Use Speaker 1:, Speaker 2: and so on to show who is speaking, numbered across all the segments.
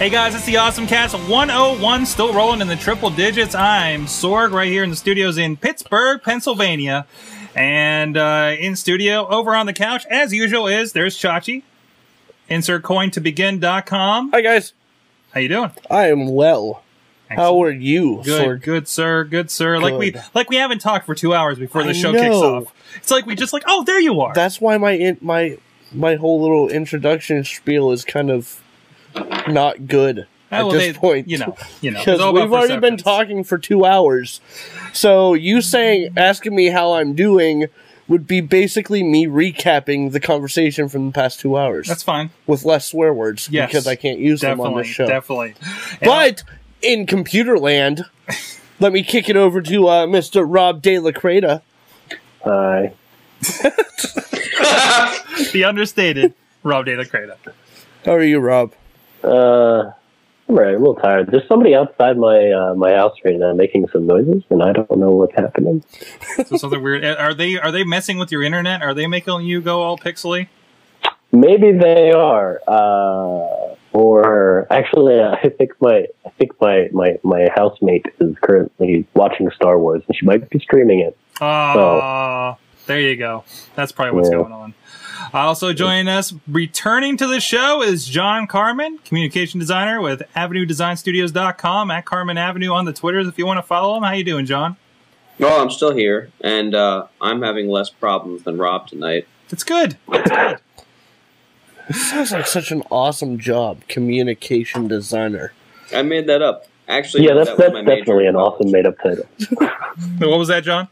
Speaker 1: Hey guys, it's the Awesome Cast 101, still rolling in the triple digits. I'm Sorg right here in the studios in Pittsburgh, Pennsylvania. And uh, in studio, over on the couch, as usual, is there's Chachi. Insert coin to begin.com.
Speaker 2: Hi guys,
Speaker 1: How you doing?
Speaker 2: I am well. How
Speaker 1: Excellent.
Speaker 2: are you?
Speaker 1: Good,
Speaker 2: Sorg?
Speaker 1: good sir, good sir. Like we
Speaker 2: Good.
Speaker 1: like we haven't talked for two hours before the
Speaker 2: I
Speaker 1: show kicks
Speaker 2: know.
Speaker 1: off. It's like we just like, oh, there you are.
Speaker 2: That's why my in, my my whole little introduction spiel is kind of not good
Speaker 1: Oh, well,
Speaker 2: at this
Speaker 1: they-
Speaker 2: point.
Speaker 1: you know, you know, it's
Speaker 2: because
Speaker 1: all about
Speaker 2: we've already been
Speaker 1: perceptions.
Speaker 2: talking for two hours. So you saying asking me how I'm doing would be basically me recapping the conversation from the past two hours
Speaker 1: That's fine.
Speaker 2: with less swear words
Speaker 1: Yes,
Speaker 2: because I can't use them on
Speaker 1: Definitely,
Speaker 2: this show.
Speaker 1: definitely.
Speaker 2: But in computer land, let me kick it over to uh, Mr. Rob De La Creta.
Speaker 3: Hi.
Speaker 1: the understated Rob De La Creta.
Speaker 2: How are you, Rob?
Speaker 3: Uh, I'm right. I'm a little tired. There's somebody outside my uh, my house right now making some noises, and I don't know what's happening.
Speaker 1: So something weird. Are they are they messing with your internet? Are they making you go all pixely?
Speaker 3: Maybe they are. Uh, or actually, uh, I think my I think my, my my housemate is currently watching Star Wars, and she might be streaming it.
Speaker 1: Ah, there you go. That's probably what's
Speaker 3: Yeah.
Speaker 1: going on. Also joining us, returning to the show, is John Carmen, communication designer with AvenueDesignStudios.com at Carmen Avenue on the Twitters. If you want to follow him, how you doing, John?
Speaker 4: Well, Oh, I'm still here, and uh, I'm having less problems than Rob tonight.
Speaker 1: It's good.
Speaker 2: This sounds like such an awesome job, communication designer.
Speaker 4: I made that up. Actually,
Speaker 3: Yeah, that's
Speaker 4: that was
Speaker 3: that's
Speaker 4: my
Speaker 3: definitely
Speaker 4: major.
Speaker 3: an awesome made up title.
Speaker 1: What was that, John?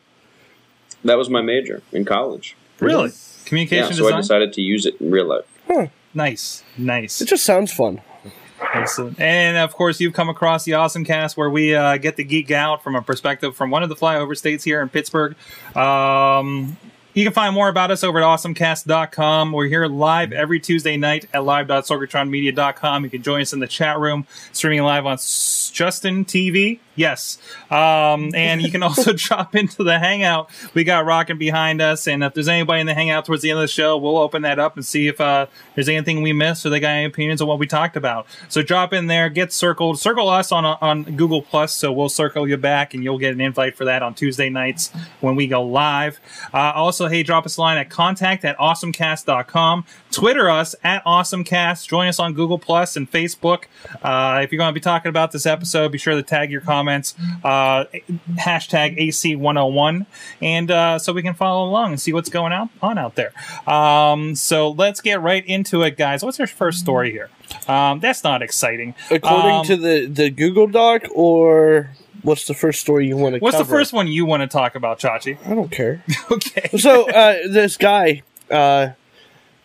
Speaker 4: That was my major in college.
Speaker 1: Really?
Speaker 4: Yeah,
Speaker 1: Communication
Speaker 4: so I
Speaker 1: design.
Speaker 4: decided to use it in real life.
Speaker 1: nice, nice.
Speaker 2: It just sounds fun.
Speaker 1: Excellent. And of course, you've come across the Awesome Cast where we uh, get to geek out from a perspective from one of the flyover states here in Pittsburgh. Um, you can find more about us over at awesomecast.com. We're here live every Tuesday night at live.sorgatronmedia.com. You can join us in the chat room, streaming live on S- Justin TV. Yes. Um, and you can also drop into the Hangout. We got Rockin' behind us. And if there's anybody in the Hangout towards the end of the show, we'll open that up and see if uh, there's anything we missed or they got any opinions on what we talked about. So drop in there, get circled, circle us on, on Google Plus. So we'll circle you back and you'll get an invite for that on Tuesday nights when we go live. Uh, also, hey, drop us a line at contact at awesomecast.com. Twitter us at awesomecast. Join us on Google Plus and Facebook. Uh, if you're going to be talking about this episode, be sure to tag your comments uh, hashtag AC101, and uh, so we can follow along and see what's going out, on out there. Um, so let's get right into it, guys. What's our first story here? Um, that's not exciting.
Speaker 2: According
Speaker 1: Um,
Speaker 2: to the, the Google Doc, or what's the first story you want to cover?
Speaker 1: What's the first one you want to talk about, Chachi?
Speaker 2: I don't care.
Speaker 1: Okay.
Speaker 2: so uh, this guy, uh,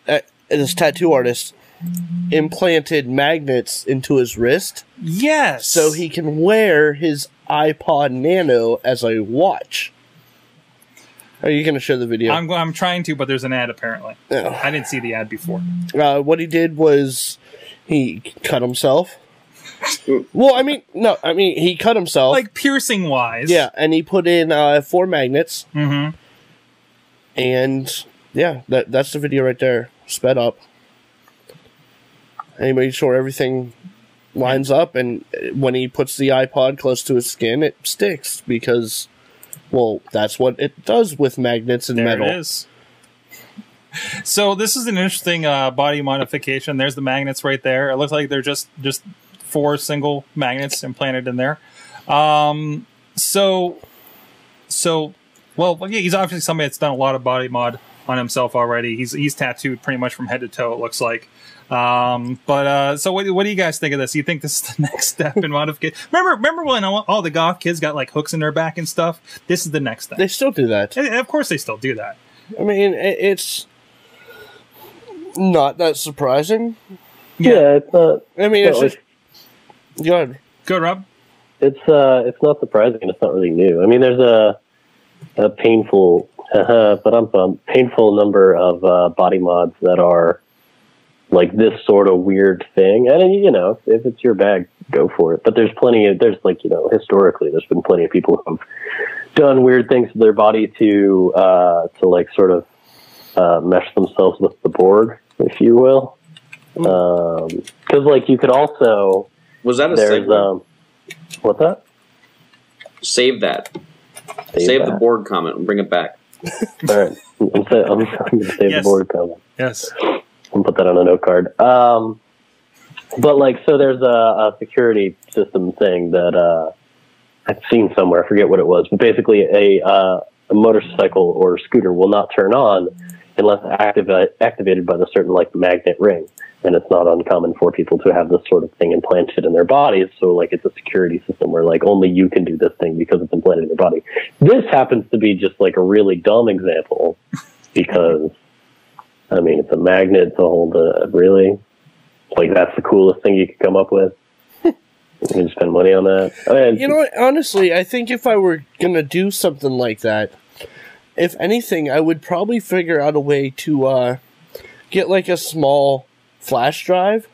Speaker 2: uh, this tattoo artist, implanted magnets into his wrist
Speaker 1: Yes.
Speaker 2: so he can wear his iPod Nano as a watch. Are you going to show the video?
Speaker 1: I'm, I'm trying to, but there's an ad apparently.
Speaker 2: No.
Speaker 1: I didn't see the ad before.
Speaker 2: Uh, what he did was he cut himself. well, I mean, no, I mean he cut himself.
Speaker 1: Like piercing wise.
Speaker 2: Oh. yeah, and he put in uh, four magnets,
Speaker 1: hmm
Speaker 2: and yeah, that that's the video right there, sped up. And he made sure everything lines up, and uh, when he puts the iPod close to his skin, it sticks because, well, that's what it does with magnets and
Speaker 1: There
Speaker 2: metal.
Speaker 1: it is. So this is an interesting uh, body modification. There's the magnets right there. It looks like they're just just four single magnets implanted in there. Um, so so well, yeah, he's obviously somebody that's done a lot of body mod on himself already. He's he's tattooed pretty much from head to toe. It looks like. Um, but uh, so what, what do you guys think of this? You think this is the next step in modification? Remember, remember when all, all the goth kids got like hooks in their back and stuff? This is the next thing.
Speaker 2: They still do that.
Speaker 1: And- and of course, they still do that.
Speaker 2: I mean, it, it's not that surprising.
Speaker 3: Yeah, it's not.
Speaker 2: I mean, it's
Speaker 3: No,
Speaker 2: just go ahead.
Speaker 1: Go, Rob.
Speaker 3: It's uh, it's not surprising. It's not really new. I mean, there's a a painful, but I'm painful number of uh, body mods that are like this sort of weird thing. And you know, if it's your bag, go for it. But there's plenty of there's like you know, historically, there's been plenty of people who've done weird things to their body to uh, to like sort of uh, mesh Um, themselves with the board, if you will. Because like you could also
Speaker 4: Was that a
Speaker 3: There's
Speaker 4: segue?
Speaker 3: um, what's that?
Speaker 4: Save that. Save, the
Speaker 3: that.
Speaker 4: board comment and bring it back.
Speaker 3: All right, I'm, sa- I'm, I'm gonna save
Speaker 1: Yes.
Speaker 3: the board comment.
Speaker 1: Yes.
Speaker 3: and put that on a note card. Um, but like, so there's a, a security system thing that uh, I've seen somewhere. I forget what it was, but basically, a, uh, a motorcycle or scooter will not turn on unless activa- activated by the certain like magnet ring. And it's not uncommon for people to have this sort of thing implanted in their bodies. So like, it's a security system where like only you can do this thing because it's implanted in your body. This happens to be just like a really dumb example because I mean, it's a magnet to hold a really like that's the coolest thing you could come up with. you can spend money on that. I mean,
Speaker 2: You know what? Honestly, I think if I were going to do something like that, if anything, I would probably figure out a way to uh, get like a small flash drive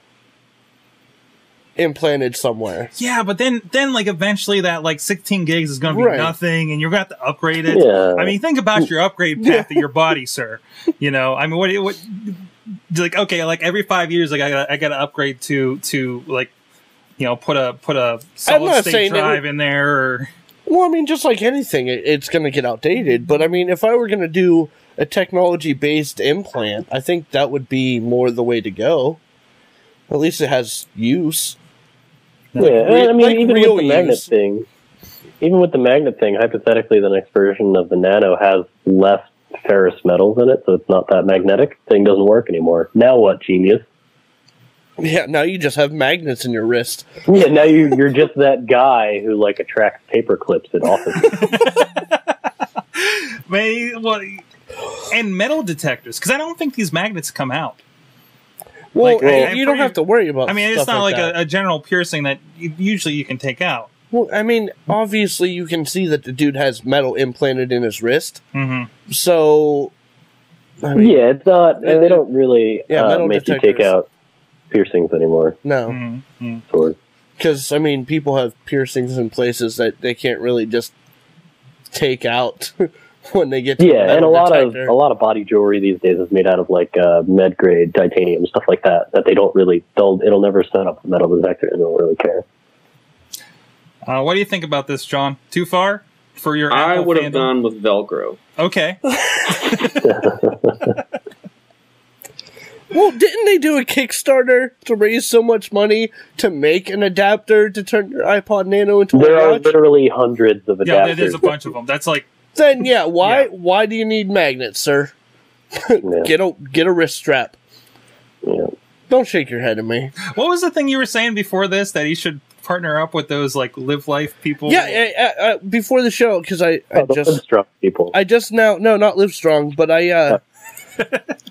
Speaker 2: implanted somewhere.
Speaker 1: Yeah, but then then like eventually that like 16 gigs is going to be
Speaker 2: Right.
Speaker 1: nothing, and you're going to have to upgrade it.
Speaker 3: Yeah.
Speaker 1: I mean, think about your upgrade path of your body, sir. You know, I mean, what what like okay, like every five years, like I got I got to upgrade to to like you know put a put a solid
Speaker 2: not
Speaker 1: state
Speaker 2: saying it
Speaker 1: drive in there. Or,
Speaker 2: Well, I mean, just like anything, it, it's going to get outdated. But I mean, if I were going to do a technology based implant, I think that would be more the way to go. At least it has use.
Speaker 3: yeah,
Speaker 2: re-
Speaker 3: I mean,
Speaker 2: like
Speaker 3: even with
Speaker 2: real
Speaker 3: the magnet
Speaker 2: use.
Speaker 3: thing, even with the magnet thing, hypothetically, the next version of the Nano has less ferrous metals in it, so it's not that magnetic. Thing doesn't work anymore. Now what, genius?
Speaker 2: Yeah, now you just have magnets in your wrist.
Speaker 3: Yeah, now you, you're just that guy who like attracts paper clips at offices.
Speaker 1: may well, and metal detectors because I don't think these magnets come out.
Speaker 2: Well,
Speaker 1: Like, I- I'm
Speaker 2: you don't
Speaker 1: pretty-
Speaker 2: have to worry about.
Speaker 1: I mean, it's
Speaker 2: stuff
Speaker 1: not
Speaker 2: like
Speaker 1: like,
Speaker 2: that.
Speaker 1: a, a general piercing that y- usually you can take out.
Speaker 2: Well, I mean, obviously you can see that the dude has metal implanted in his wrist.
Speaker 1: hmm
Speaker 2: So, I mean,
Speaker 3: yeah, it's not. And they don't really
Speaker 2: Yeah,
Speaker 3: uh,
Speaker 2: metal
Speaker 3: make you take
Speaker 2: detectors.
Speaker 3: out piercings anymore.
Speaker 2: no,
Speaker 1: hmm
Speaker 3: Swords.
Speaker 2: because I mean, people have piercings in places that they can't really just take out when they get to
Speaker 3: Yeah,
Speaker 2: the
Speaker 3: and a
Speaker 2: metal
Speaker 3: lot
Speaker 2: detector.
Speaker 3: of a lot of body jewelry these days is made out of like uh, med grade titanium stuff like that. That they don't really they'll it'll never set up a metal detector and they don't really care.
Speaker 1: Uh, what do you think about this, John? Too far for your?
Speaker 4: I
Speaker 1: Apple
Speaker 4: would have
Speaker 1: fandom?
Speaker 4: gone with Velcro.
Speaker 1: Okay.
Speaker 2: well, didn't they do a Kickstarter to raise so much money to make an adapter to turn your iPod Nano into
Speaker 3: There
Speaker 2: a
Speaker 3: are
Speaker 2: watch?
Speaker 3: literally hundreds of
Speaker 1: Yeah,
Speaker 3: adapters.
Speaker 1: there's a bunch of them. That's like
Speaker 2: Then yeah, why
Speaker 1: Yeah.
Speaker 2: why do you need magnets, sir?
Speaker 3: Yeah,
Speaker 2: Get a get a wrist strap.
Speaker 3: yeah.
Speaker 2: Don't shake your head at me.
Speaker 1: What was the thing you were saying before this that he should partner up with those like live life people?
Speaker 2: Yeah, eh, I, I, I, before the show, because I, I
Speaker 3: Oh, those
Speaker 2: just
Speaker 3: struck people.
Speaker 2: I just now no not live strong, but I uh,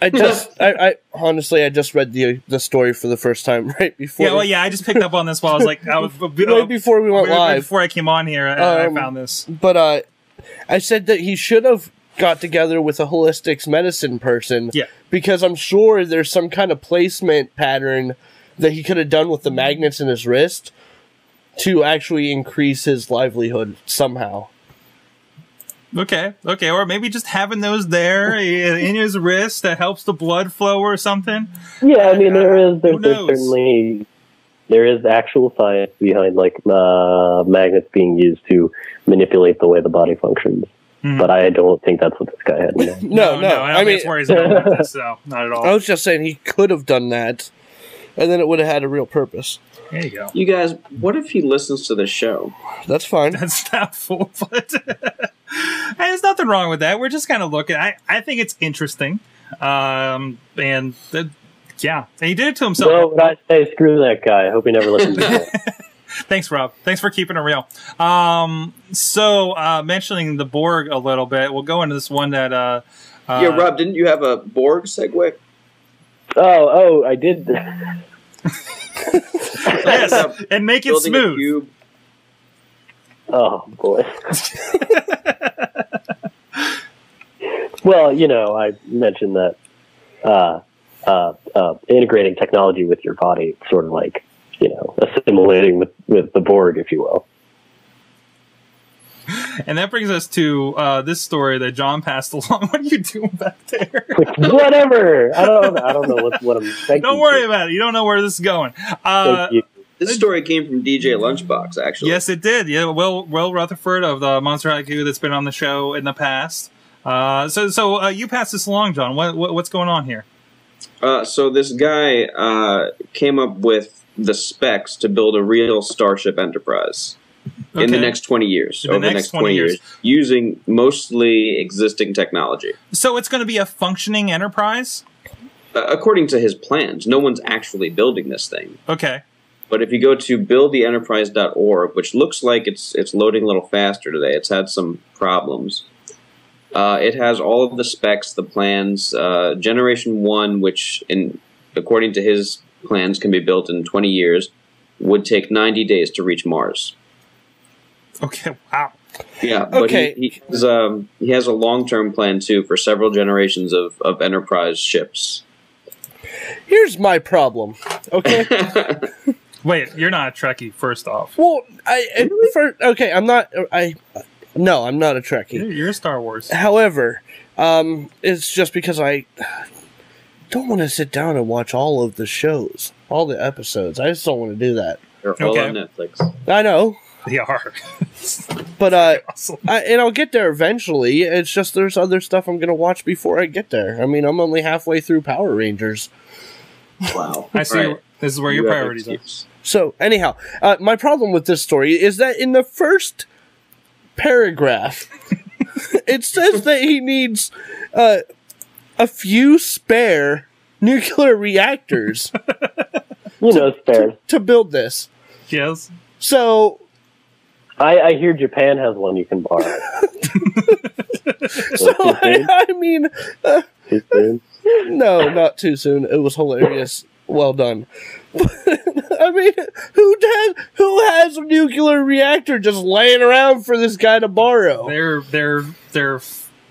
Speaker 2: I just I, I honestly I just read the the story for the first time right before
Speaker 1: yeah. Well, yeah. I just picked up on this while I was like, I was a bit-
Speaker 2: right before we
Speaker 1: uh,
Speaker 2: went
Speaker 1: right
Speaker 2: live.
Speaker 1: before I came on here. uh, I,
Speaker 2: Um,
Speaker 1: I found this.
Speaker 2: But uh, I said that he should have got together with a holistics medicine person.
Speaker 1: Yeah.
Speaker 2: because I'm sure there's some kind of placement pattern that he could have done with the magnets in his wrist to actually increase his livelihood somehow.
Speaker 1: Okay, okay, or maybe just having those there i- in his wrist that helps the blood flow or something.
Speaker 3: yeah, I mean there is
Speaker 1: Who
Speaker 3: there's, there's
Speaker 1: knows?
Speaker 3: certainly there is actual science behind like uh, magnets being used to manipulate the way the body functions.
Speaker 1: Mhm.
Speaker 3: But I don't think that's what this guy had in mind.
Speaker 2: No, Oh, no.
Speaker 1: Oh, I
Speaker 2: I,
Speaker 1: don't think
Speaker 2: mean, Oh.
Speaker 1: it's where he's going with this, though. Not at all.
Speaker 2: I was just saying he could have done that, and then it would have had a real purpose.
Speaker 1: There you go.
Speaker 4: You guys, what if he listens to the show?
Speaker 2: That's fine.
Speaker 1: That's not full, but Hey, there's nothing wrong with that. We're just kind of looking. I, I think it's interesting. Um, and the, yeah, and he did it to himself.
Speaker 3: Well, would I say screw that guy? I hope he never listens to this.
Speaker 1: Thanks, Rob. Thanks for keeping it real. Um, so uh, mentioning the Borg a little bit, we'll go into this one that. Uh, uh,
Speaker 4: yeah, Rob, didn't you have a Borg segue?
Speaker 3: Oh, oh, I did.
Speaker 1: Yes, and make it
Speaker 4: Building a
Speaker 1: smooth.
Speaker 4: cube.
Speaker 3: Oh boy. well, you know, I mentioned that uh, uh, uh, integrating technology with your body, sort of like you know, assimilating with with the Borg, if you will.
Speaker 1: And that brings us to uh, this story that John passed along. what are you doing back there?
Speaker 3: Which, whatever. I don't. I don't know what, what I'm. Thank
Speaker 1: Don't
Speaker 3: you.
Speaker 1: worry about it. You don't know where this is going.
Speaker 3: Thank
Speaker 1: Uh,
Speaker 3: you.
Speaker 4: This story came from DJ Lunchbox, actually.
Speaker 1: Yes, it did. Yeah, Will Will Rutherford of the Monster IQ that's been on the show in the past. Uh, so so uh, you passed this along, John. What, what what's going on here?
Speaker 4: Uh, so this guy uh, came up with the specs to build a real Starship Enterprise in the
Speaker 1: Okay.
Speaker 4: next 20 years,
Speaker 1: In the
Speaker 4: over the
Speaker 1: next
Speaker 4: next 20,
Speaker 1: 20
Speaker 4: years,
Speaker 1: years.
Speaker 4: using mostly existing technology.
Speaker 1: So it's going to be a functioning enterprise.
Speaker 4: Uh, according to his plans, no one's actually building this thing.
Speaker 1: Okay.
Speaker 4: But if you go to buildtheenterprise.org, which looks like it's it's loading a little faster today, it's had some problems. Uh, it has all of the specs, the plans. Uh, Generation one, which in according to his plans can be built in 20 years, would take 90 days to reach Mars.
Speaker 1: Okay. Wow.
Speaker 4: Yeah, but
Speaker 2: Okay.
Speaker 4: he, he, has, um, he has a long term plan too for several generations of, of Enterprise ships.
Speaker 2: Here's my problem. Okay.
Speaker 1: Wait, you're not a Trekkie. First off,
Speaker 2: well, I, I for, okay. I'm not. I no. I'm not a Trekkie.
Speaker 1: you're, you're a Star Wars.
Speaker 2: However, um, it's just because I don't want to sit down and watch all of the shows, all the episodes. I just don't want to do that.
Speaker 4: They're all
Speaker 1: Okay.
Speaker 4: on Netflix.
Speaker 2: I know,
Speaker 1: They are.
Speaker 2: but uh,
Speaker 1: Awesome.
Speaker 2: I, and I'll get there eventually. It's just there's other stuff I'm gonna watch before I get there. I mean, I'm only halfway through Power Rangers.
Speaker 4: Wow.
Speaker 1: I see. This is where your priorities are.
Speaker 2: So anyhow, uh, my problem with this story is that in the first paragraph, it says that he needs uh, a few spare nuclear reactors
Speaker 3: You know, spares.
Speaker 2: to build this.
Speaker 1: Yes.
Speaker 2: So
Speaker 3: I, I hear Japan has one you can borrow.
Speaker 2: So I, I mean, uh,
Speaker 3: Too soon.
Speaker 2: no, not too soon. It was hilarious. Well done. I mean, who does? Who has a nuclear reactor just laying around for this guy to borrow?
Speaker 1: There, there, there are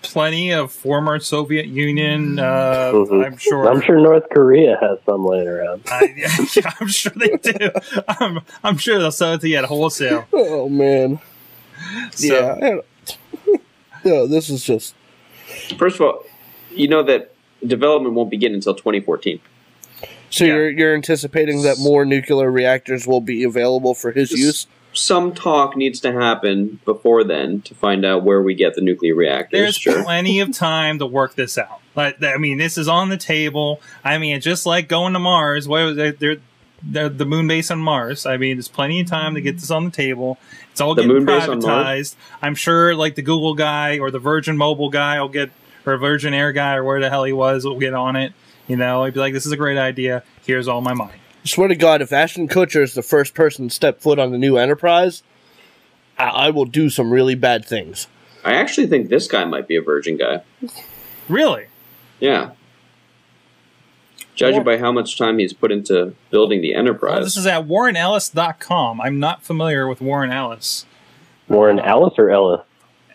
Speaker 1: plenty of former Soviet Union. Uh,
Speaker 3: Mhm.
Speaker 1: I'm sure.
Speaker 3: I'm sure North Korea has some laying around.
Speaker 1: I, yeah, I'm sure they do. I'm, I'm sure they'll sell it to you at wholesale.
Speaker 2: Oh man.
Speaker 1: So,
Speaker 2: Yeah. I don't- no, this is just.
Speaker 4: First of all, you know that development won't begin until 2014.
Speaker 2: So
Speaker 1: Yeah.
Speaker 2: you're you're anticipating that more nuclear reactors will be available for his
Speaker 4: Just-
Speaker 2: use?
Speaker 4: Some talk needs to happen before then to find out where we get the nuclear reactors.
Speaker 1: There's
Speaker 4: sure.
Speaker 1: plenty of time to work this out. Like, I mean, this is on the table. I mean, it's just like going to Mars. Where they they're, they're the moon base on Mars. I mean, there's plenty of time to get this on the table. It's all
Speaker 4: The
Speaker 1: getting
Speaker 4: moon base on Mars?
Speaker 1: privatized. I'm sure, like the Google guy or the Virgin Mobile guy will get, or Virgin Air guy or where the hell he was will get on it. You know, he'd be like, "This is a great idea. Here's all my money."
Speaker 2: Swear to God, if Ashton Kutcher is the first person to step foot on the new Enterprise, I, I will do some really bad things.
Speaker 4: I actually think this guy might be a virgin guy.
Speaker 1: Really?
Speaker 4: Yeah. Judging
Speaker 2: Yeah.
Speaker 4: by how much time he's put into building the
Speaker 1: Well,
Speaker 4: Enterprise.
Speaker 1: this is at warrenellis.com. I'm not familiar with Warren Ellis.
Speaker 3: Warren Alice or Ellis?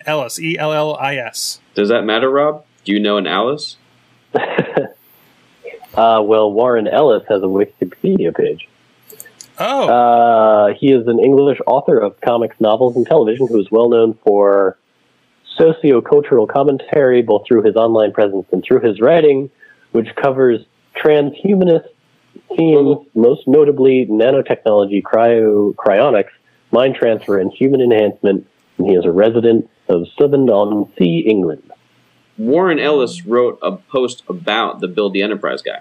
Speaker 1: Ellis, E L L I S.
Speaker 4: Does that matter, Rob? Do you know an Alice?
Speaker 3: Uh, well, Warren Ellis has a Wikipedia page.
Speaker 1: Oh,
Speaker 3: Uh, he is an English author of comics, novels, and television who is well known for sociocultural commentary both through his online presence and through his writing, which covers transhumanist themes, most notably nanotechnology, cryo, cryonics, mind transfer, and human enhancement. And he is a resident of Southend-on-Sea, England.
Speaker 4: Warren Ellis wrote a post about the Build the Enterprise guy.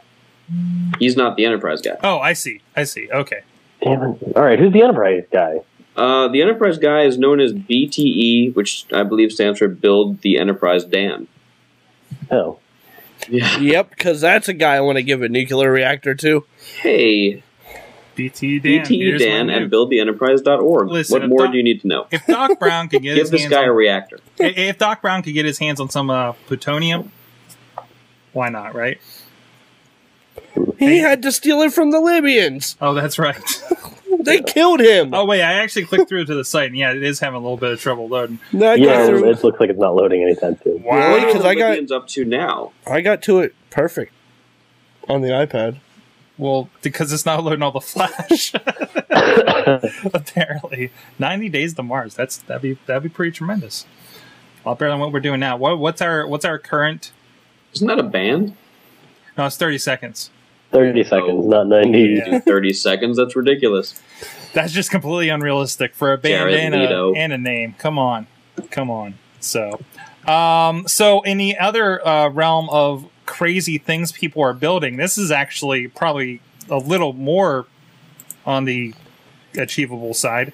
Speaker 4: He's not the Enterprise guy.
Speaker 1: oh, I see. I see. Okay.
Speaker 3: Damn it. All right, who's the Enterprise guy?
Speaker 4: Uh, the Enterprise guy is known as BTE, which I believe stands for Build the Enterprise Dam.
Speaker 3: Oh.
Speaker 4: Yeah.
Speaker 2: Yep, because that's a guy I want to give a nuclear reactor to.
Speaker 4: Hey,
Speaker 1: BT Dan.
Speaker 4: BTE
Speaker 1: here's
Speaker 4: Dan
Speaker 1: my
Speaker 4: at
Speaker 1: new-
Speaker 4: buildtheenterprise.org.
Speaker 1: Listen,
Speaker 4: what
Speaker 1: if
Speaker 4: more
Speaker 1: Doc-
Speaker 4: do you need to know?
Speaker 1: if Doc Brown could get
Speaker 4: Give
Speaker 1: his
Speaker 4: this
Speaker 1: hands
Speaker 4: guy a
Speaker 1: on,
Speaker 4: reactor.
Speaker 1: i- if Doc Brown could get his hands on some uh, plutonium, why not? Right?
Speaker 2: He had to steal it from the Libyans.
Speaker 1: Oh, that's right.
Speaker 2: They killed him.
Speaker 1: oh wait, I actually clicked through to the site, and yeah, it is having a little bit of trouble loading.
Speaker 2: That
Speaker 3: Yeah,
Speaker 2: got through.
Speaker 3: it looks like it's not loading anytime soon.
Speaker 2: Really?
Speaker 4: What are
Speaker 2: 'Cause
Speaker 4: the
Speaker 2: I got-
Speaker 4: Libyans up to now?
Speaker 2: I got to it perfect on the iPad.
Speaker 1: Well, because it's not loading all the flash. Apparently, ninety days to Mars. That's that'd be that'd be pretty tremendous. A lot better than what we're doing now. What, what's our what's our current?
Speaker 4: Isn't that a band?
Speaker 1: No, it's thirty seconds.
Speaker 3: 30 seconds, not 90.
Speaker 1: Oh, Yeah.
Speaker 4: In 30 seconds, that's ridiculous.
Speaker 1: That's just completely unrealistic for a band
Speaker 4: Jared
Speaker 1: and a,
Speaker 4: Leto.
Speaker 1: and a name. Come on, come on. So, um, so in the other uh, realm of crazy things people are building, this is actually probably a little more on the achievable side.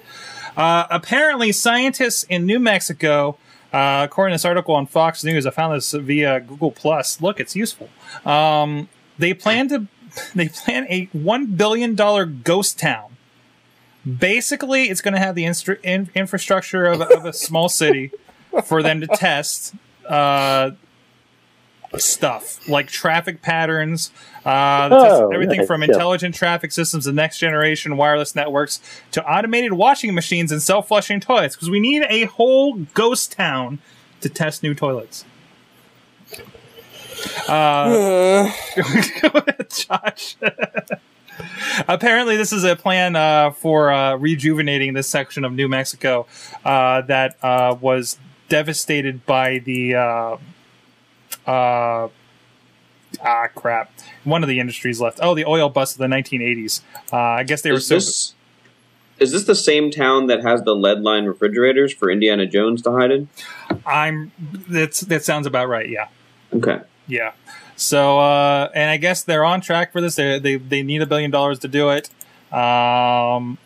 Speaker 1: Uh, apparently, scientists in New Mexico, uh, according to this article on Fox News, I found this via Google Plus. Look, it's useful. Um, they plan to they plan a one billion dollar ghost town basically it's going to have the instru- in- infrastructure of, of a small city for them to test uh, stuff like traffic patterns uh,
Speaker 3: Oh,
Speaker 1: test everything
Speaker 3: nice,
Speaker 1: from
Speaker 3: yeah.
Speaker 1: intelligent traffic systems to next generation wireless networks to automated washing machines and self-flushing toilets because we need a whole ghost town to test new toilets Uh,
Speaker 3: Uh.
Speaker 1: Josh. Apparently, this is a plan uh, for uh, rejuvenating this section of New Mexico uh, that uh, was devastated by the. Uh, uh, ah, crap. One of the industries left. Oh, the oil bust of the 1980s. Uh, I guess they were
Speaker 4: Is
Speaker 1: so.
Speaker 4: this, is this the same town that has the lead line refrigerators for Indiana Jones to hide in?
Speaker 1: I'm. That's, that sounds about right, yeah.
Speaker 4: Okay.
Speaker 1: Yeah. So, uh, and I guess they're on track for this. They they, they need a billion dollars to do it. Um,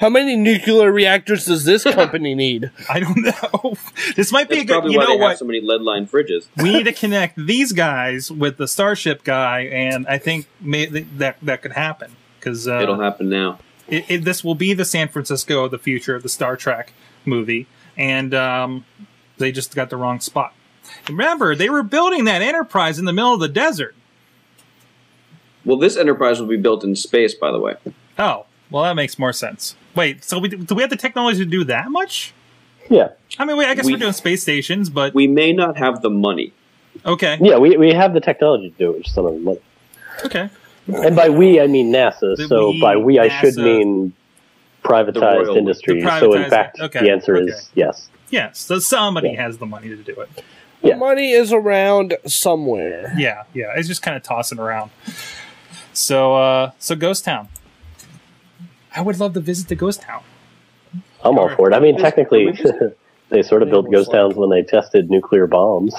Speaker 2: How many nuclear reactors does this company need?
Speaker 1: I don't know. this might be
Speaker 4: That's
Speaker 1: a good.
Speaker 4: probably
Speaker 1: You
Speaker 4: why
Speaker 1: know
Speaker 4: they have
Speaker 1: what?
Speaker 4: so many lead line fridges.
Speaker 1: we need to connect these guys with the starship guy, and I think may, th- that that could happen because
Speaker 4: It'll
Speaker 1: uh,
Speaker 4: happen now.
Speaker 1: it, it, this will be the San Francisco of the future of the Star Trek movie, and um, they just got the wrong spot. Remember, they were building that Enterprise in the middle of the desert.
Speaker 4: Well, this Enterprise will be built in space, by the way.
Speaker 1: Oh, well, that makes more sense. Wait, so we, do we have the technology to do that much?
Speaker 3: Yeah.
Speaker 1: I mean, we, I guess we,
Speaker 4: We-
Speaker 1: are doing space stations, but
Speaker 4: We may not have the money.
Speaker 1: okay,
Speaker 3: Yeah, we, we have the technology to do it, which is another money.
Speaker 1: okay.
Speaker 3: And by we, I mean NASA.
Speaker 1: The
Speaker 3: So
Speaker 1: we,
Speaker 3: by we, I should
Speaker 1: NASA.
Speaker 3: mean
Speaker 4: royal-
Speaker 3: privatized
Speaker 4: the
Speaker 3: industry. So
Speaker 1: privatized-
Speaker 3: in fact,
Speaker 1: okay,
Speaker 3: the answer
Speaker 1: okay.
Speaker 3: is yes.
Speaker 1: Yeah, so somebody
Speaker 3: Yeah.
Speaker 1: has the money to do it.
Speaker 2: The
Speaker 3: Yeah.
Speaker 2: money is around somewhere.
Speaker 1: Yeah, yeah, it's just kind of tossing around. So, uh, so Ghost Town. I would love to visit the Ghost Town.
Speaker 3: I'm all
Speaker 1: Alright.
Speaker 3: for it. I mean,
Speaker 4: Just-
Speaker 3: technically,
Speaker 4: can we just-
Speaker 3: they sort of built
Speaker 2: Almost
Speaker 3: ghost towns when they tested nuclear bombs.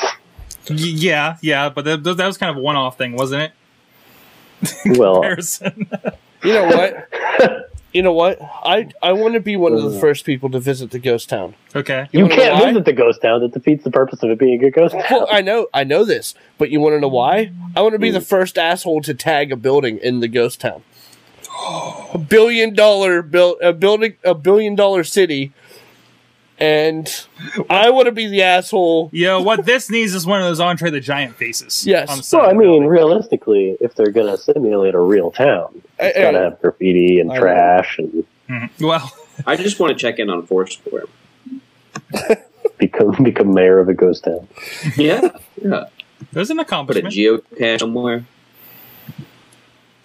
Speaker 1: Y- yeah, yeah, but that, that was kind of a one-off thing, wasn't it?
Speaker 3: well,
Speaker 1: Harrison?
Speaker 2: You know what? you know what? I I want to be one of the first people to visit the ghost town.
Speaker 1: okay.
Speaker 2: You
Speaker 3: you
Speaker 2: wanna know
Speaker 3: can't
Speaker 2: why?
Speaker 3: visit the ghost town. That defeats the purpose of it being a ghost town.
Speaker 2: Well, I know, I know this, but you want to know why? I want to be the
Speaker 3: Mm.
Speaker 2: first asshole to tag a building in the ghost town. A billion dollar build, a building, a billion dollar city, and I want to be the asshole.
Speaker 1: Yo, what this needs is one of those entree the giant faces.
Speaker 2: Yes.
Speaker 1: I'm sorry.
Speaker 3: Well, I mean, realistically, if they're going to simulate a real town,
Speaker 2: I-
Speaker 3: it's got to
Speaker 2: I-
Speaker 3: have graffiti and
Speaker 2: I know.
Speaker 3: trash and
Speaker 1: Mhm. well,
Speaker 4: I just want to check in on Foursquare.
Speaker 3: become become mayor of a ghost town.
Speaker 4: Yeah, yeah.
Speaker 1: there's an
Speaker 4: Put a
Speaker 1: accomplishment.
Speaker 4: geocache somewhere.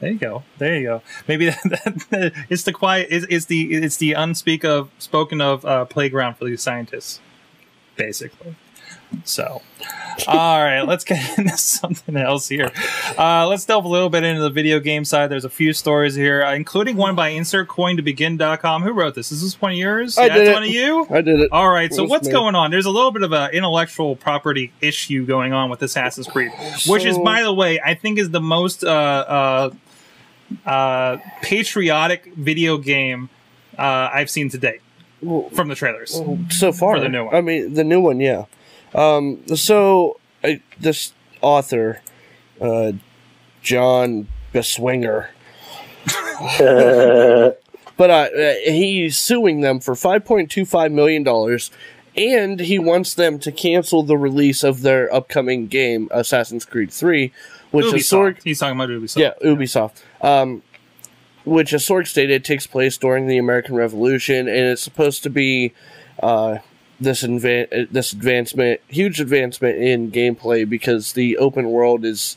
Speaker 1: There you go. There you go. Maybe that, that, it's the quiet. It's, it's the it's the unspeak of spoken of uh, playground for these scientists, basically. So, all right, let's get into something else here. Uh, let's delve a little bit into the video game side. There's a few stories here, uh, including one by InsertCoinToBegin.com. Who wrote this? Is this one of yours?
Speaker 2: I
Speaker 1: That's
Speaker 2: did it.
Speaker 1: one of you.
Speaker 2: I did it.
Speaker 1: All right, so
Speaker 2: was
Speaker 1: what's
Speaker 2: me.
Speaker 1: going on? There's a little bit of an intellectual property issue going on with Assassin's Creed, which is,
Speaker 2: So-
Speaker 1: by the way, I think is the most uh, uh, uh, patriotic video game uh, I've seen to date
Speaker 2: Well,
Speaker 1: from the trailers.
Speaker 2: so far.
Speaker 1: For the new one.
Speaker 2: I mean, the new one, yeah. Um, so I, this author, uh, John Beswinger, but uh, uh, he's suing them for five point two five million dollars, and he wants them to cancel the release of their upcoming game, Assassin's Creed Three, which is Sorg.
Speaker 1: Ubisoft. He's talking about Ubisoft.
Speaker 2: Yeah, Ubisoft. Um, which, as Sorg stated, takes place during the American Revolution, and it's supposed to be uh, this inva- uh, this advancement, huge advancement in gameplay because the open world is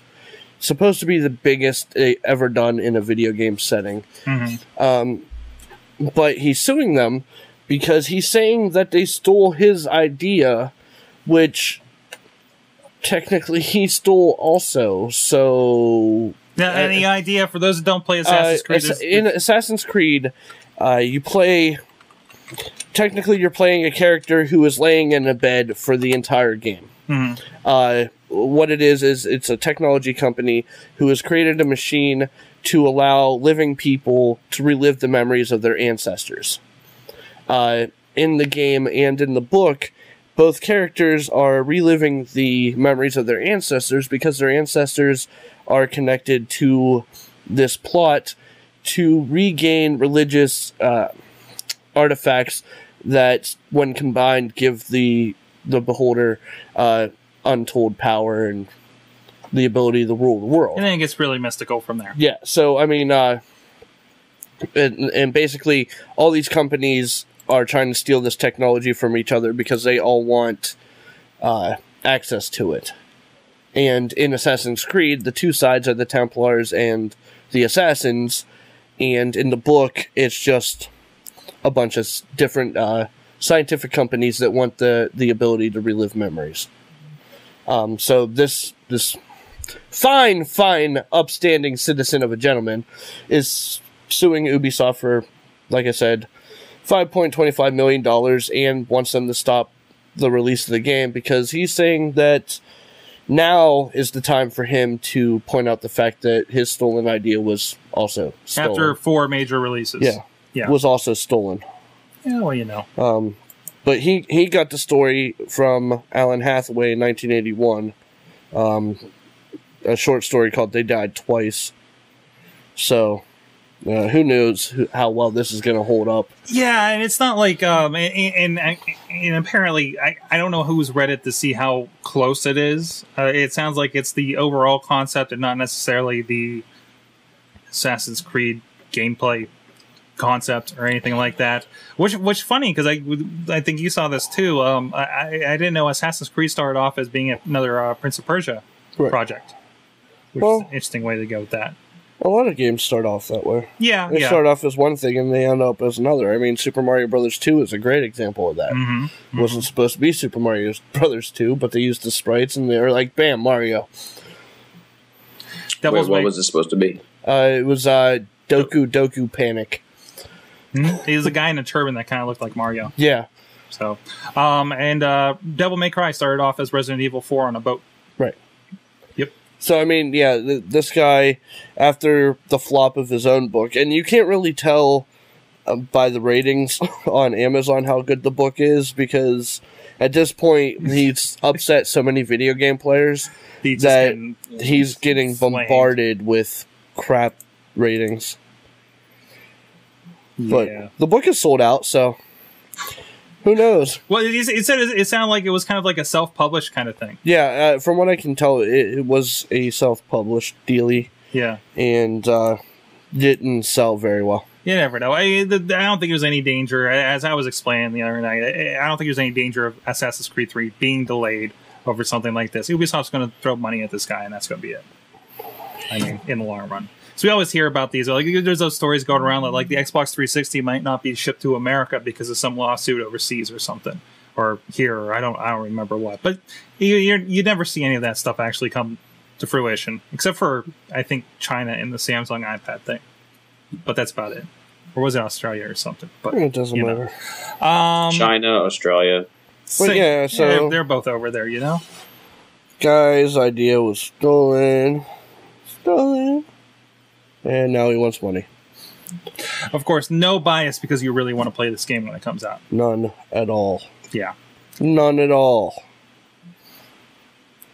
Speaker 2: supposed to be the biggest uh, ever done in a video game setting.
Speaker 1: Mhm.
Speaker 2: Um, but he's suing them because he's saying that they stole his idea, which technically he stole also. So
Speaker 1: Now, any idea for those that don't play Assassin's
Speaker 2: Uh,
Speaker 1: Creed?
Speaker 2: Assa-
Speaker 1: is-
Speaker 2: in Assassin's Creed, uh, you play. Technically, you're playing a character who is laying in a bed for the entire game.
Speaker 1: Mhm.
Speaker 2: Uh, what it is is it's a technology company who has created a machine to allow living people to relive the memories of their ancestors. Uh, in the game and in the book, both characters are reliving the memories of their ancestors because their ancestors are connected to this plot to regain religious uh, artifacts that, when combined, give the the beholder uh, untold power and the ability to rule the world.
Speaker 1: and then it gets really mystical from there.
Speaker 2: Yeah. So I mean, uh, and, and basically, all these companies are trying to steal this technology from each other because they all want uh, access to it. And in Assassin's Creed, the two sides are the Templars and the Assassins. And in the book, it's just a bunch of s- different uh, scientific companies that want the, the ability to relive memories. Um, so this this fine, fine, upstanding citizen of a gentleman is suing Ubisoft for, like I said, $5.25 million and wants them to stop the release of the game because he's saying that now is the time for him to point out the fact that his stolen idea was also stolen.
Speaker 1: After four major releases.
Speaker 2: Yeah.
Speaker 1: Yeah.
Speaker 2: was also stolen.
Speaker 1: Yeah, well, you know.
Speaker 2: Um, but he, he got the story from Alan Hathaway in 1981, um, a short story called They Died Twice. So uh, who knows who, how well this is going to hold up.
Speaker 1: Yeah, and it's not like um, and and, and apparently I, I don't know who's read it to see how close it is. Uh, it sounds like it's the overall concept and not necessarily the Assassin's Creed gameplay concept or anything like that. Which which funny because I I think you saw this too. Um, I I I didn't know Assassin's Creed started off as being another uh, Prince of Persia
Speaker 2: Right.
Speaker 1: project. Which is
Speaker 2: Well-
Speaker 1: an interesting way to go with that.
Speaker 2: A lot of games start off that way.
Speaker 1: Yeah,
Speaker 2: They
Speaker 1: yeah.
Speaker 2: start off as one thing and they end up as another. I mean, Super Mario Brothers 2 is a great example of that.
Speaker 1: hmm
Speaker 2: It wasn't supposed to be Super Mario Brothers 2, but they used the sprites and they were like, bam, Mario.
Speaker 1: Devil's
Speaker 4: Wait, what
Speaker 1: Way-
Speaker 4: was it supposed to be?
Speaker 2: Uh, it was uh, Doku Doku Panic.
Speaker 1: Hmm? He was a guy in a turban that kind of looked like Mario.
Speaker 2: Yeah,
Speaker 1: So, um, and uh, Devil May Cry started off as Resident Evil 4 on a boat.
Speaker 2: right.
Speaker 1: Yep.
Speaker 2: So I mean, yeah, th- this guy after the flop of his own book, and you can't really tell uh, by the ratings on Amazon how good the book is because at this point he's upset so many video game players
Speaker 1: He just
Speaker 2: That-
Speaker 1: didn't-
Speaker 2: he's getting
Speaker 1: Flamed.
Speaker 2: bombarded with crap ratings. But
Speaker 1: yeah.
Speaker 2: the book is sold out, so who knows?
Speaker 1: Well, it, it said it sounded like it was kind of like a self-published kind of thing.
Speaker 2: Yeah, uh, from what I can tell, it, it was a self-published dealie
Speaker 1: Yeah.
Speaker 2: and uh, didn't sell very well.
Speaker 1: You never know. I, the- I don't think there's any danger, as I was explaining the other night. I I don't think there's any danger of Assassin's Creed 3 being delayed over something like this. Ubisoft's going to throw money at this guy, and that's going to be it. I mean, in the long run. So we always hear about these. Like, there's those stories going around that like the Xbox 360 might not be shipped to America because of some lawsuit overseas or something, or here. Or I don't, I don't remember what. But you, you're, you never see any of that stuff actually come to fruition, except for I think China and the Samsung iPad thing. But that's about it. Or was it Australia or something? But
Speaker 2: It doesn't
Speaker 1: you know.
Speaker 2: matter.
Speaker 1: um,
Speaker 4: China, Australia.
Speaker 1: so-
Speaker 2: yeah,
Speaker 1: they're,
Speaker 2: so-
Speaker 1: they're both over there, you know.
Speaker 2: Guy's idea was stolen, stolen, and now he wants money.
Speaker 1: Of course, no bias because you really want to play this game when it comes out.
Speaker 2: None at all.
Speaker 1: Yeah.
Speaker 2: None at all.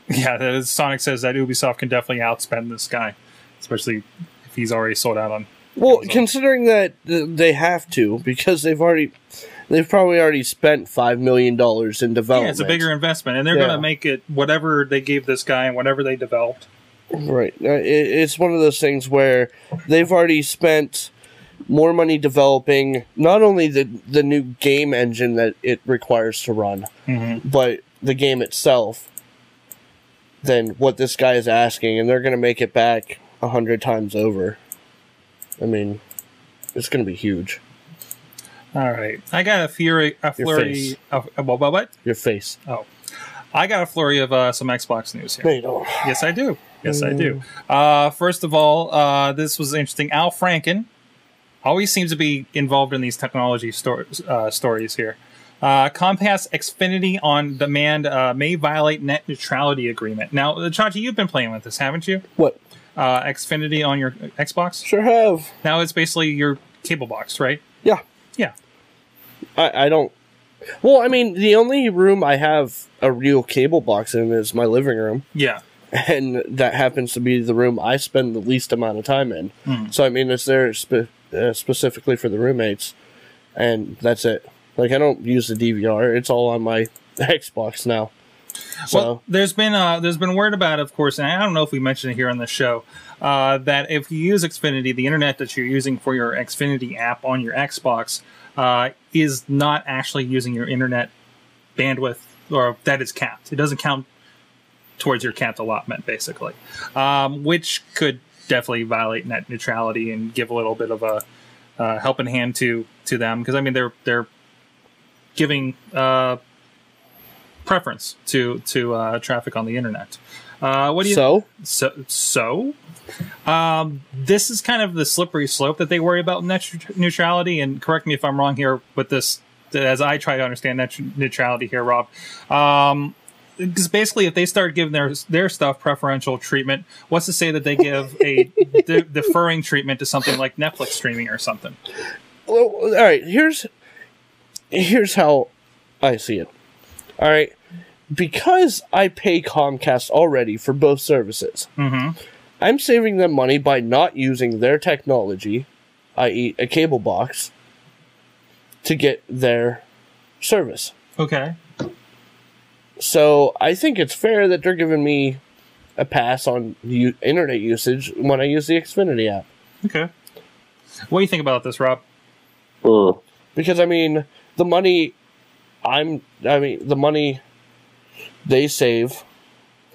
Speaker 1: Yeah, that is, Sonic says that Ubisoft can definitely outspend this guy, especially if he's already sold out on.
Speaker 2: Well,
Speaker 1: Amazon.
Speaker 2: considering that th- they have to because they've already, they've probably already spent five million dollars in development.
Speaker 1: Yeah, it's a bigger investment, and they're
Speaker 2: Yeah.
Speaker 1: going to make it whatever they gave this guy and whatever they developed.
Speaker 2: Right. Uh, It, it's one of those things where they've already spent more money developing not only the, the new game engine that it requires to run, but the game itself than what this guy is asking, and they're going to make it back a hundred times over. I mean, it's going to be huge.
Speaker 1: All right, I got a fury, a
Speaker 2: Your
Speaker 1: flurry
Speaker 2: face.
Speaker 1: of what, what, what?
Speaker 2: Your face.
Speaker 1: Oh, I got a flurry of uh, some Xbox news here.
Speaker 2: No, you don't.
Speaker 1: Yes, I do. Yes, I do. Uh, first of all, uh, this was interesting. Al Franken always seems to be involved in these technology stor- uh, stories here. Uh, Comcast Xfinity on demand uh, may violate net neutrality agreement. Now, uh, Chachi, you've been playing with this, haven't you?
Speaker 2: What?
Speaker 1: Uh, Xfinity on your Xbox.
Speaker 2: Sure have.
Speaker 1: Now it's basically your cable box, right?
Speaker 2: Yeah.
Speaker 1: Yeah.
Speaker 2: I, I don't. Well, I mean, the only room I have a real cable box in is my living room,
Speaker 1: Yeah.
Speaker 2: and that happens to be the room I spend the least amount of time in.
Speaker 1: Hmm.
Speaker 2: So, I mean, it's there spe- uh, specifically for the roommates, and that's it. Like, I don't use the DVR; it's all on my Xbox now. So,
Speaker 1: Well, there's been uh, there's been word about, of course, and I don't know if we mentioned it here on the show, uh, that if you use Xfinity, the internet that you're using for your Xfinity app on your Xbox uh, is not actually using your internet bandwidth, or that is capped. It doesn't count towards your capped allotment, basically, um, which could definitely violate net neutrality and give a little bit of a uh, helping hand to to them because I mean they're they're giving. Uh, preference to to uh, traffic on the internet. Uh, what do you
Speaker 2: so
Speaker 1: so so? Um, this is kind of the slippery slope that they worry about net tr- neutrality. And correct me if I'm wrong here with this, as I try to understand net tr- neutrality here, Rob. Um, because basically, if they start giving their their stuff preferential treatment, what's to say that they give a de- deferring treatment to something like Netflix streaming or something?
Speaker 2: well, all right here's here's how i see it all right because i pay comcast already for both services
Speaker 1: Mm-hmm.
Speaker 2: i'm saving them money by not using their technology i.e a cable box to get their service
Speaker 1: Okay.
Speaker 2: so i think it's fair that they're giving me a pass on u- internet usage when i use the xfinity app
Speaker 1: Okay. What do you think about this, Rob?
Speaker 3: Hmm.
Speaker 2: because I mean the money I'm I mean the money they save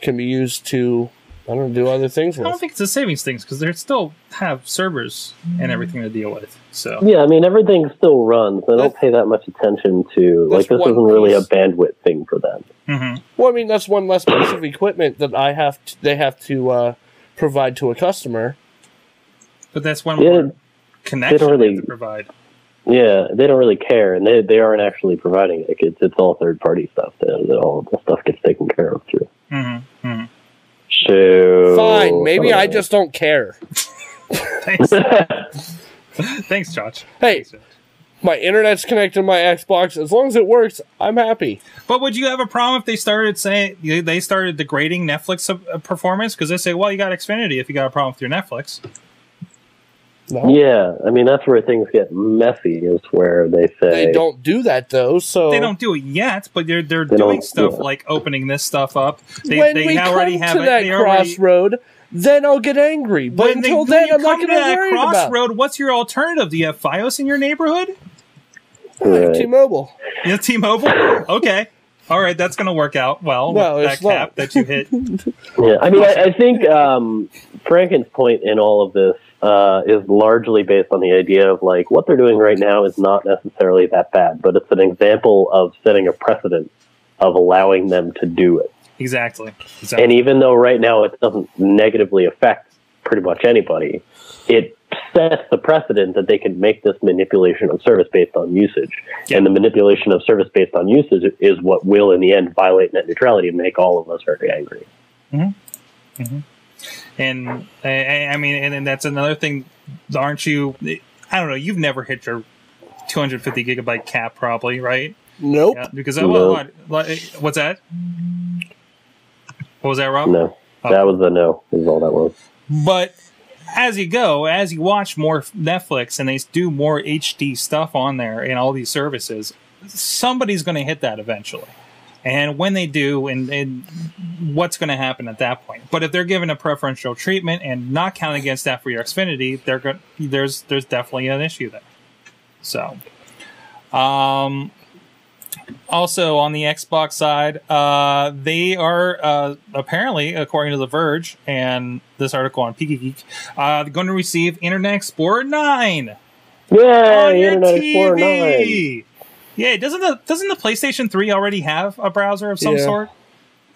Speaker 2: can be used to I don't know, do other things
Speaker 1: I don't
Speaker 2: with.
Speaker 1: think it's a savings thing because they still have servers and everything to deal with. So
Speaker 3: Yeah, I mean everything still runs. I don't
Speaker 2: That's-
Speaker 3: pay that much attention to
Speaker 2: that's
Speaker 3: like this
Speaker 2: one
Speaker 3: isn't really a
Speaker 2: piece.
Speaker 3: bandwidth thing for them.
Speaker 1: Mhm.
Speaker 2: Well, I mean that's one less piece of equipment that I have to, they have to uh, provide to a customer.
Speaker 1: but that's one
Speaker 3: Yeah.
Speaker 1: more connection
Speaker 3: really-
Speaker 1: they have to provide.
Speaker 3: Yeah, they don't really care, and they they aren't actually providing it. It's it's all third party stuff. That, that all of the stuff gets taken care of through.
Speaker 1: Mhm. Mhm.
Speaker 3: So
Speaker 2: Mm-hmm, Fine, maybe I just don't care.
Speaker 1: Thanks, thanks, Josh.
Speaker 2: Hey, my internet's connected to my Xbox. As long as it works, I'm happy.
Speaker 1: But would you have a problem if they started saying they started degrading Netflix uh, performance because they say, "Well, you got Xfinity if you got a problem with your Netflix."
Speaker 2: No.
Speaker 3: yeah. I mean that's where things get messy. Is where they say
Speaker 2: They don't do that though, so
Speaker 1: They don't do it yet, but they're they're
Speaker 3: They
Speaker 1: doing
Speaker 3: don't-
Speaker 1: stuff
Speaker 3: yeah.
Speaker 1: like opening this stuff up. They,
Speaker 2: when
Speaker 1: they
Speaker 2: we
Speaker 1: already
Speaker 2: come
Speaker 1: have
Speaker 2: to
Speaker 1: it.
Speaker 2: that
Speaker 1: they already,
Speaker 2: crossroad, then I'll get angry. But
Speaker 1: when they-
Speaker 2: until
Speaker 1: when
Speaker 2: then,
Speaker 1: you
Speaker 2: I'm not
Speaker 1: come
Speaker 2: going
Speaker 1: to
Speaker 2: to
Speaker 1: that
Speaker 2: worry about.
Speaker 1: crossroad. What's your alternative? Do you have FiOS in your neighborhood?
Speaker 3: Right.
Speaker 2: T-Mobile.
Speaker 1: Yeah, T-Mobile. Okay. All right, that's going to work out well with
Speaker 2: Well,
Speaker 1: that
Speaker 2: it's not.
Speaker 1: cap that you hit.
Speaker 3: Yeah, I mean, I, I think um, Franken's point in all of this uh, is largely based on the idea of like what they're doing right now is not necessarily that bad, but it's an example of setting a precedent of allowing them to do it.
Speaker 1: exactly. exactly.
Speaker 3: And even though right now it doesn't negatively affect pretty much anybody, it sets the precedent that they can make this manipulation of service based on usage.
Speaker 1: Yeah.
Speaker 3: And the manipulation of service based on usage is what will, in the end, violate net neutrality and make all of us very angry.
Speaker 1: and I- I, I mean, and, and that's another thing. Aren't you? I don't know. You've never hit your 250 gigabyte cap, probably, right?
Speaker 2: Nope.
Speaker 1: Yeah, because oh,
Speaker 3: No.
Speaker 1: well, what, what- what's that? What was that, Rob?
Speaker 3: No. That was a no, is all that was.
Speaker 1: But as you go, as you watch more Netflix and they do more HD stuff on there and all these services, somebody's going to hit that eventually. And when they do, and, and what's going to happen at that point? But if they're given a preferential treatment and not counted against that for your Xfinity, they're go- there's there's definitely an issue there. So, um, also on the Xbox side, uh, they are uh, apparently, according to The Verge and this article on Pika Geek, uh, they're going to receive Internet Explorer 9
Speaker 3: Yeah,
Speaker 1: on your
Speaker 3: Internet Explorer 9.
Speaker 1: TV. Yeah, doesn't the doesn't the PlayStation 3 already have a browser of some
Speaker 2: Yeah.
Speaker 1: sort?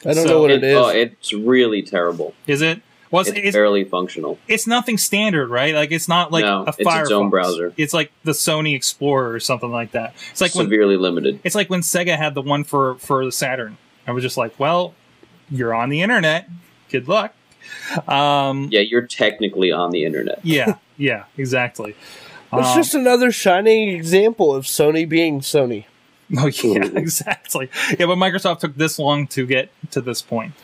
Speaker 2: I don't
Speaker 1: So
Speaker 2: know what
Speaker 4: It-
Speaker 2: it is.
Speaker 4: Oh, it's really terrible.
Speaker 1: Is it? Well, it's,
Speaker 4: It's
Speaker 1: it's,
Speaker 4: barely functional.
Speaker 1: it's nothing standard, right? Like it's not like
Speaker 4: No,
Speaker 1: a
Speaker 4: it's its
Speaker 1: Firefox.
Speaker 4: own browser.
Speaker 1: It's like the Sony Explorer or something like that. It's like when
Speaker 4: severely limited.
Speaker 1: it's like when Sega had the one for for the Saturn. I was just like, well, you're on the internet. Good luck. Um,
Speaker 4: Yeah, you're technically on the internet.
Speaker 1: yeah, yeah, exactly.
Speaker 2: It's
Speaker 1: Um,
Speaker 2: just another shining example of Sony being Sony.
Speaker 1: Oh yeah, exactly. Yeah, but Microsoft took this long to get to this point.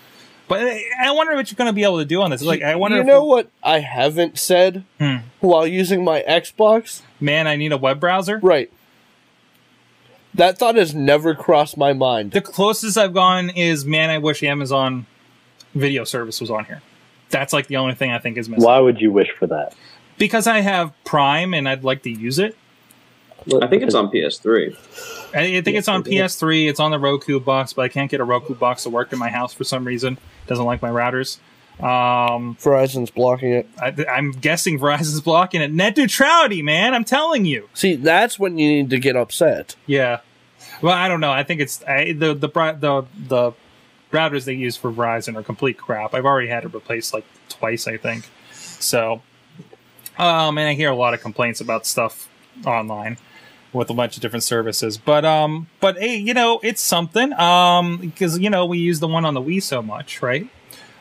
Speaker 1: But I I wonder what you're going to be able to do on this. Like, I wonder.
Speaker 2: You
Speaker 1: if-
Speaker 2: know what I haven't said
Speaker 1: Hmm.
Speaker 2: while using my Xbox?
Speaker 1: man, I need a web browser.
Speaker 2: Right. That thought has never crossed my mind.
Speaker 1: The closest I've gone is, man, I wish Amazon Video Service was on here. That's like the only thing I think is missing
Speaker 3: Why would you wish for that?
Speaker 1: because I have Prime and I'd like to use it.
Speaker 4: I think it's on PS3.
Speaker 1: I I think it's on PS3. It's on the Roku box, but I can't get a Roku box to work in my house for some reason. Doesn't like my routers. Um,
Speaker 2: Verizon's blocking it.
Speaker 1: I, I'm guessing Verizon's blocking it. Net neutrality, man. I'm telling you.
Speaker 2: See, that's when you need to get upset.
Speaker 1: Yeah. Well, I don't know. I think it's I, the the bri- the the routers they use for Verizon are complete crap. I've already had it replaced like twice, I think. So, um, and I hear a lot of complaints about stuff online with a bunch of different services. But um, but hey, you know, it's something. Um, because you know we use the one on the Wii so much, right?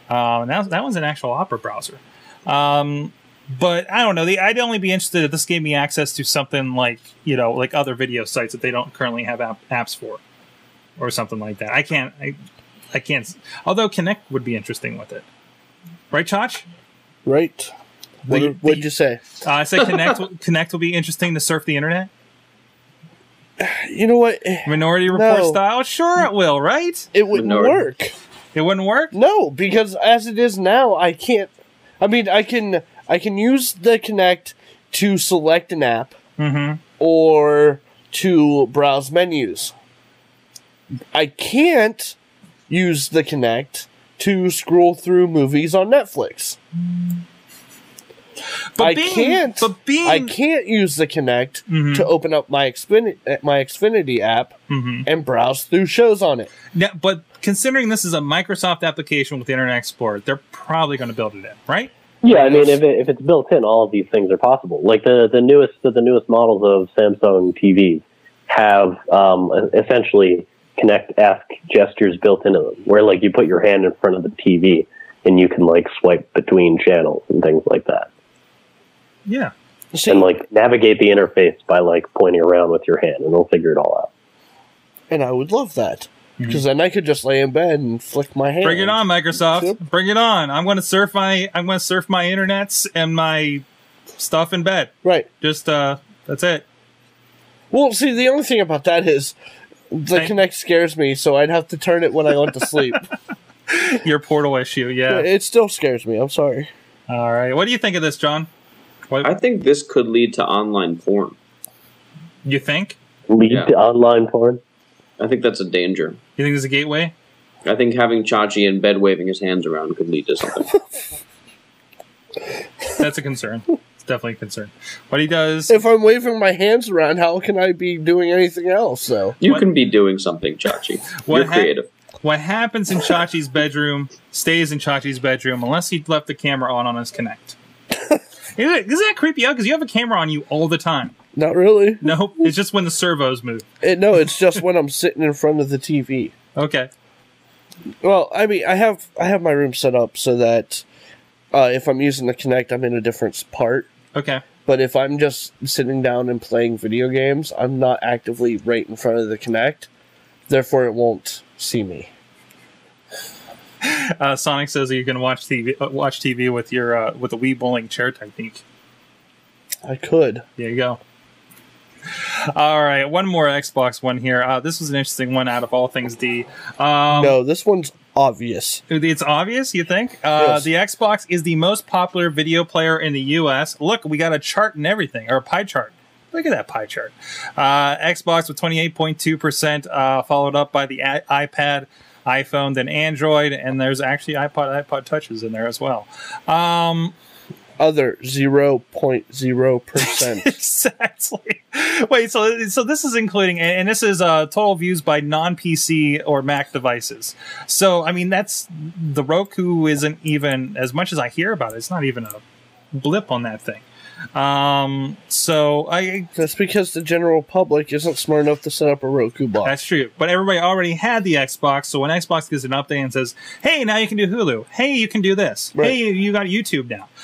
Speaker 1: Um, that that one's an actual Opera browser. Um, but I don't know. The, I'd only be interested if this gave me access to something like you know, like other video sites that they don't currently have app, apps for, or something like that. I can't. I, I can't. s- Although Connect would be interesting with it, right, Chach?
Speaker 2: Right. What
Speaker 1: The-
Speaker 2: did, what'd you say?
Speaker 1: Uh, I say Connect. will- Connect will be interesting to surf the internet,
Speaker 2: You know what?
Speaker 1: Minority Report
Speaker 2: No.
Speaker 1: style. Sure, it will. Right?
Speaker 2: It wouldn't work.
Speaker 4: Minority.
Speaker 1: It wouldn't work.
Speaker 2: No, because as it is now, I can't. I mean, I can I can use the Connect to select an app
Speaker 1: Mm-hmm.
Speaker 2: or to browse menus. I can't use the Connect to scroll through movies on Netflix.
Speaker 1: But
Speaker 2: I
Speaker 1: being,
Speaker 2: can't.
Speaker 1: But being.
Speaker 2: I can't use the Connect
Speaker 1: Mhm.
Speaker 2: to open up my Xfin- uh, my Xfinity app
Speaker 1: Mhm.
Speaker 2: and browse through shows on it.
Speaker 1: Now, but considering this is a Microsoft application with Internet Explorer, they're probably going to build it in, right?
Speaker 3: Yeah, I mean,
Speaker 2: Yes.
Speaker 3: if, it, if it's built in, all of these things are possible. Like the the newest the newest models of Samsung TVs have um, essentially Connect esque gestures built into them, where like you put your hand in front of the TV and you can like swipe between channels and things like that,
Speaker 1: Yeah.
Speaker 2: See,
Speaker 3: and like navigate the interface by like pointing around with your hand, and they'll figure it all out.
Speaker 2: and I would love that because then I could just lay in bed and flick my hand.
Speaker 1: Mm-hmm. Bring it on, Microsoft.
Speaker 2: Yep.
Speaker 1: Bring it on. I'm going to surf my I'm going to surf my internets and my stuff in bed.
Speaker 2: Right.
Speaker 1: Just uh that's it.
Speaker 2: Well, see, the only thing about that is the
Speaker 1: Thank-
Speaker 2: Connect scares me, so I'd have to turn it when I went to sleep.
Speaker 1: Your portal issue. Yeah.
Speaker 2: It still scares me. I'm sorry.
Speaker 1: All right. What do you think of this, John? What
Speaker 4: I think this could lead to online porn.
Speaker 1: you think?
Speaker 3: Lead
Speaker 4: Yeah.
Speaker 3: to online porn.
Speaker 4: I think that's a danger.
Speaker 1: You think there's a gateway?
Speaker 4: I think having Chachi in bed waving his hands around could lead to something.
Speaker 1: That's a concern. it's definitely a concern. What he does
Speaker 2: If I'm waving my hands around, how can I be doing anything else? Though
Speaker 4: You
Speaker 1: What-
Speaker 4: can be doing something, Chachi.
Speaker 1: What
Speaker 4: You're
Speaker 1: hap-
Speaker 4: creative.
Speaker 1: what happens in Chachi's bedroom stays in Chachi's bedroom unless he left the camera on on his connect. Isn't that creepy out? Because you have a camera on you all the time.
Speaker 2: not really.
Speaker 1: Nope. It's just when the servos move.
Speaker 2: It, no, it's just when I'm sitting in front of the TV.
Speaker 1: Okay.
Speaker 2: Well, I mean, I have I have my room set up so that uh, if I'm using the Connect, I'm in a different part.
Speaker 1: Okay.
Speaker 2: But if I'm just sitting down and playing video games, I'm not actively right in front of the Connect. Therefore, it won't see me.
Speaker 1: Uh, Sonic says that you can watch TV uh, watch TV with your uh, with a Wii bowling chair technique.
Speaker 2: I could.
Speaker 1: There you go. All right, one more Xbox one here. Uh, this was an interesting one out of all things D. Um,
Speaker 2: No, this one's obvious.
Speaker 1: It's obvious, you think? Uh,
Speaker 2: Yes.
Speaker 1: The Xbox is the most popular video player in the U.S. Look, we got a chart and everything, or a pie chart. Look at that pie chart. Uh, Xbox with 28.2%, uh, followed up by the i- iPad, iPhone, then Android, and there's actually iPod, iPod Touches in there as well. Um,
Speaker 2: other 0.0%.
Speaker 1: exactly. Wait, so so this is including, and and this is uh, total views by non PC or Mac devices. So I mean, that's the Roku isn't even as much as I hear about it. It's not even a blip on that thing. Um, so I
Speaker 2: That's because the general public isn't smart enough to set up a Roku box.
Speaker 1: that's true. But everybody already had the Xbox, so when Xbox gives an update and says, "Hey, now you can do Hulu. Hey, you can do this.
Speaker 2: Right.
Speaker 1: Hey, you got YouTube now." I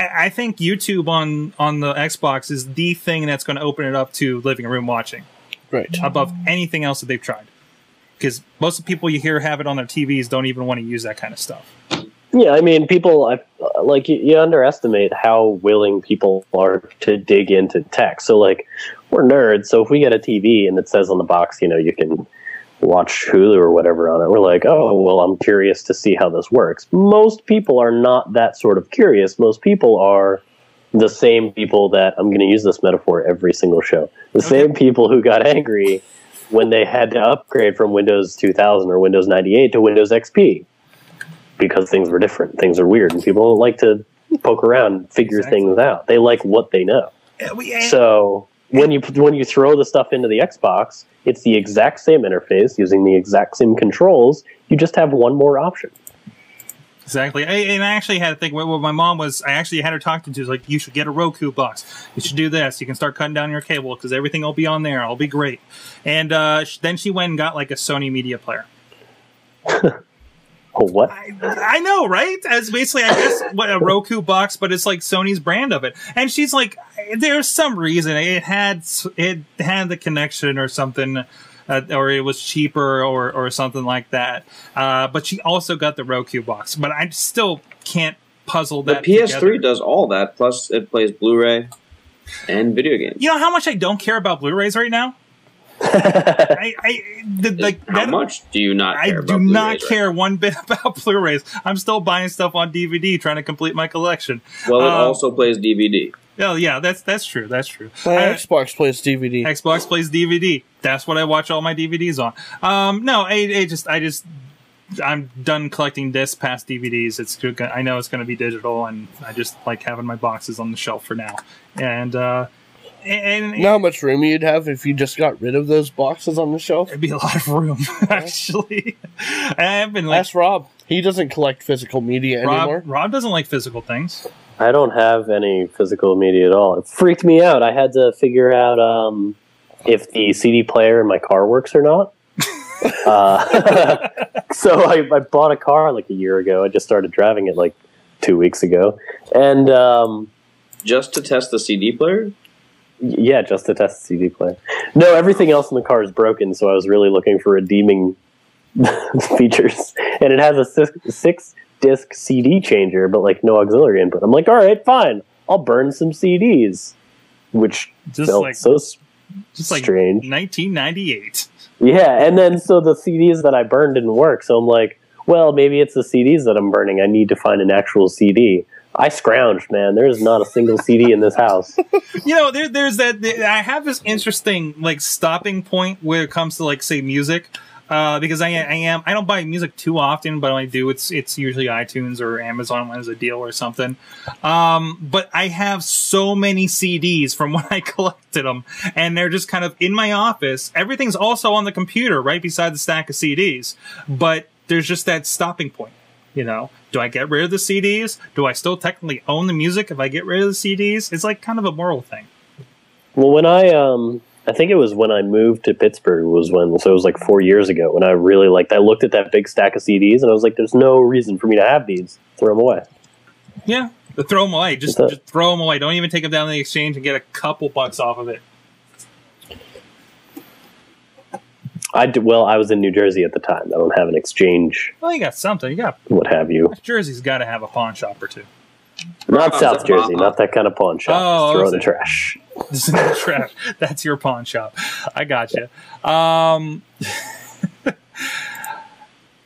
Speaker 1: I think YouTube on on the Xbox is the thing that's going to open it up to living room watching.
Speaker 2: Right.
Speaker 1: above anything else that they've tried. Because most of the people you hear have it on their TVs don't even want to use that kind of stuff.
Speaker 3: Yeah, I mean, people I, like you, you underestimate how willing people are to dig into tech. So, like, we're nerds, so if we get a TV and it says on the box, you know, you can watch Hulu or whatever on it, we're like, oh, well, I'm curious to see how this works. Most people are not that sort of curious. Most people are the same people that I'm going to use this metaphor every single show. The same people who got angry when they had to upgrade from Windows 2000 or Windows 98 to Windows XP because things were different, things are weird, and people don't like to poke around, and figure
Speaker 1: Exactly.
Speaker 3: things out. They like what they know.
Speaker 1: Uh, we- eh,
Speaker 3: So when you when you throw the stuff into the Xbox, it's the exact same interface using the exact same controls. You just have one more option.
Speaker 1: exactly. I, and I actually had to think, well, my mom was, I actually had her talk to, she was like, you should get a Roku box. You should do this. You can start cutting down your cable because everything will be on there. It'll be great. And uh, sh- then she went and got like a Sony media player.
Speaker 3: Oh, what?
Speaker 1: I, I know, right? As basically, I guess what a Roku box, but it's like Sony's brand of it. And she's like, there's some reason it had it had the connection or something, uh, or it was cheaper or or something like that. Uh, but she also got the Roku box. But I still can't puzzle
Speaker 4: The
Speaker 1: that.
Speaker 4: PS3
Speaker 1: together.
Speaker 4: does all that. Plus, it plays Blu-ray and video games.
Speaker 1: You know how much I don't care about Blu-rays right now. I, I the, like
Speaker 4: How
Speaker 1: that-
Speaker 4: much do you not
Speaker 1: I
Speaker 4: care
Speaker 1: do
Speaker 4: about Blu-rays
Speaker 1: not
Speaker 4: right now?
Speaker 1: care one bit about Blu-rays. I'm still buying stuff on DVD, trying to complete my collection.
Speaker 4: Well, it
Speaker 1: Um,
Speaker 4: also plays DVD.
Speaker 1: Oh yeah, that's that's true. That's true.
Speaker 2: My
Speaker 1: I-
Speaker 2: Uh, Xbox plays DVD.
Speaker 1: Xbox plays DVD. That's what I watch all my DVDs on. Um, no, I, I just I just I'm done collecting discs past DVDs. It's good- I know it's going to be digital, and I just like having my boxes on the shelf for now. And uh, and
Speaker 2: You know how much room you'd have if you just got rid of those boxes on the shelf?
Speaker 1: it'd be a lot of room actually. I've been like
Speaker 2: Ask Rob. He doesn't collect physical media anymore.
Speaker 1: Rob. Rob doesn't like physical things.
Speaker 3: I don't have any physical media at all. It freaked me out. I had to figure out um, if the CD player in my car works or not. uh, so I, I bought a car like a year ago. I just started driving it like two weeks ago, and um,
Speaker 4: Just to test the CD player?
Speaker 3: Yeah, just to test the CD player. No, everything else in the car is broken, so I was really looking for redeeming features. And it has a six, six disc CD changer, but like no auxiliary input. I'm like, all right, fine, I'll burn some CDs, which
Speaker 1: Just
Speaker 3: felt
Speaker 1: like
Speaker 3: so s-
Speaker 1: just like
Speaker 3: strange.
Speaker 1: 1998.
Speaker 3: Yeah, and then so the CDs that I burned didn't work. So I'm like, well, maybe it's the CDs that I'm burning. I need to find an actual CD. I scrounged, man. There is not a single CD in this house.
Speaker 1: you know, there, there's that. I have this interesting like stopping point where it comes to like say music, uh, because I, I am I don't buy music too often, but when I do, it's it's usually iTunes or Amazon when there's a deal or something. Um, but I have so many CDs from when I collected them, and they're just kind of in my office. Everything's also on the computer right beside the stack of CDs, but there's just that stopping point. You know, do I get rid of the CDs? Do I still technically own the music if I get rid of the CDs? It's like kind of a moral thing.
Speaker 3: Well, when I um, I think it was when I moved to Pittsburgh was when so it was like four years ago when I really liked. I looked at that big stack of CDs and I was like, "There's no reason for me to have these. Throw them away."
Speaker 1: Yeah. But throw them away. Just,
Speaker 3: What's
Speaker 1: just throw them away. Don't even take them down to the exchange and get a couple bucks off of it.
Speaker 3: I d- well, I was in New Jersey at the time. I don't have an exchange,
Speaker 1: Well, you got something. You got
Speaker 3: what have you.
Speaker 1: Jersey's got to have a pawn shop or two.
Speaker 3: Not
Speaker 4: Oh,
Speaker 3: South
Speaker 4: that's
Speaker 3: Jersey,
Speaker 4: mom.
Speaker 3: not that kind of pawn shop.
Speaker 1: Oh,
Speaker 3: Just throw it in the
Speaker 1: okay.
Speaker 3: trash.
Speaker 1: This is not trash. That's your pawn shop. I got gotcha. you. Um,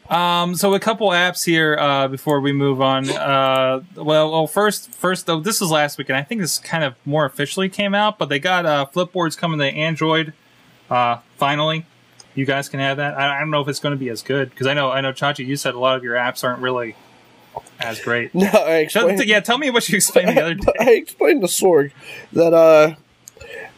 Speaker 1: um, so a couple apps here uh, before we move on. Uh, well, well, first, first though, this is last week, and I think this kind of more officially came out, but they got uh, Flipboards coming to Android uh, finally. You guys can have that. I, I don't know if it's going to be as good because I know I know Chachi, you said a lot of your apps aren't really That's great.
Speaker 2: No, I
Speaker 1: Shut-
Speaker 2: explained.
Speaker 1: yeah, tell me what you explained the other day.
Speaker 2: I explained to Sorg that uh,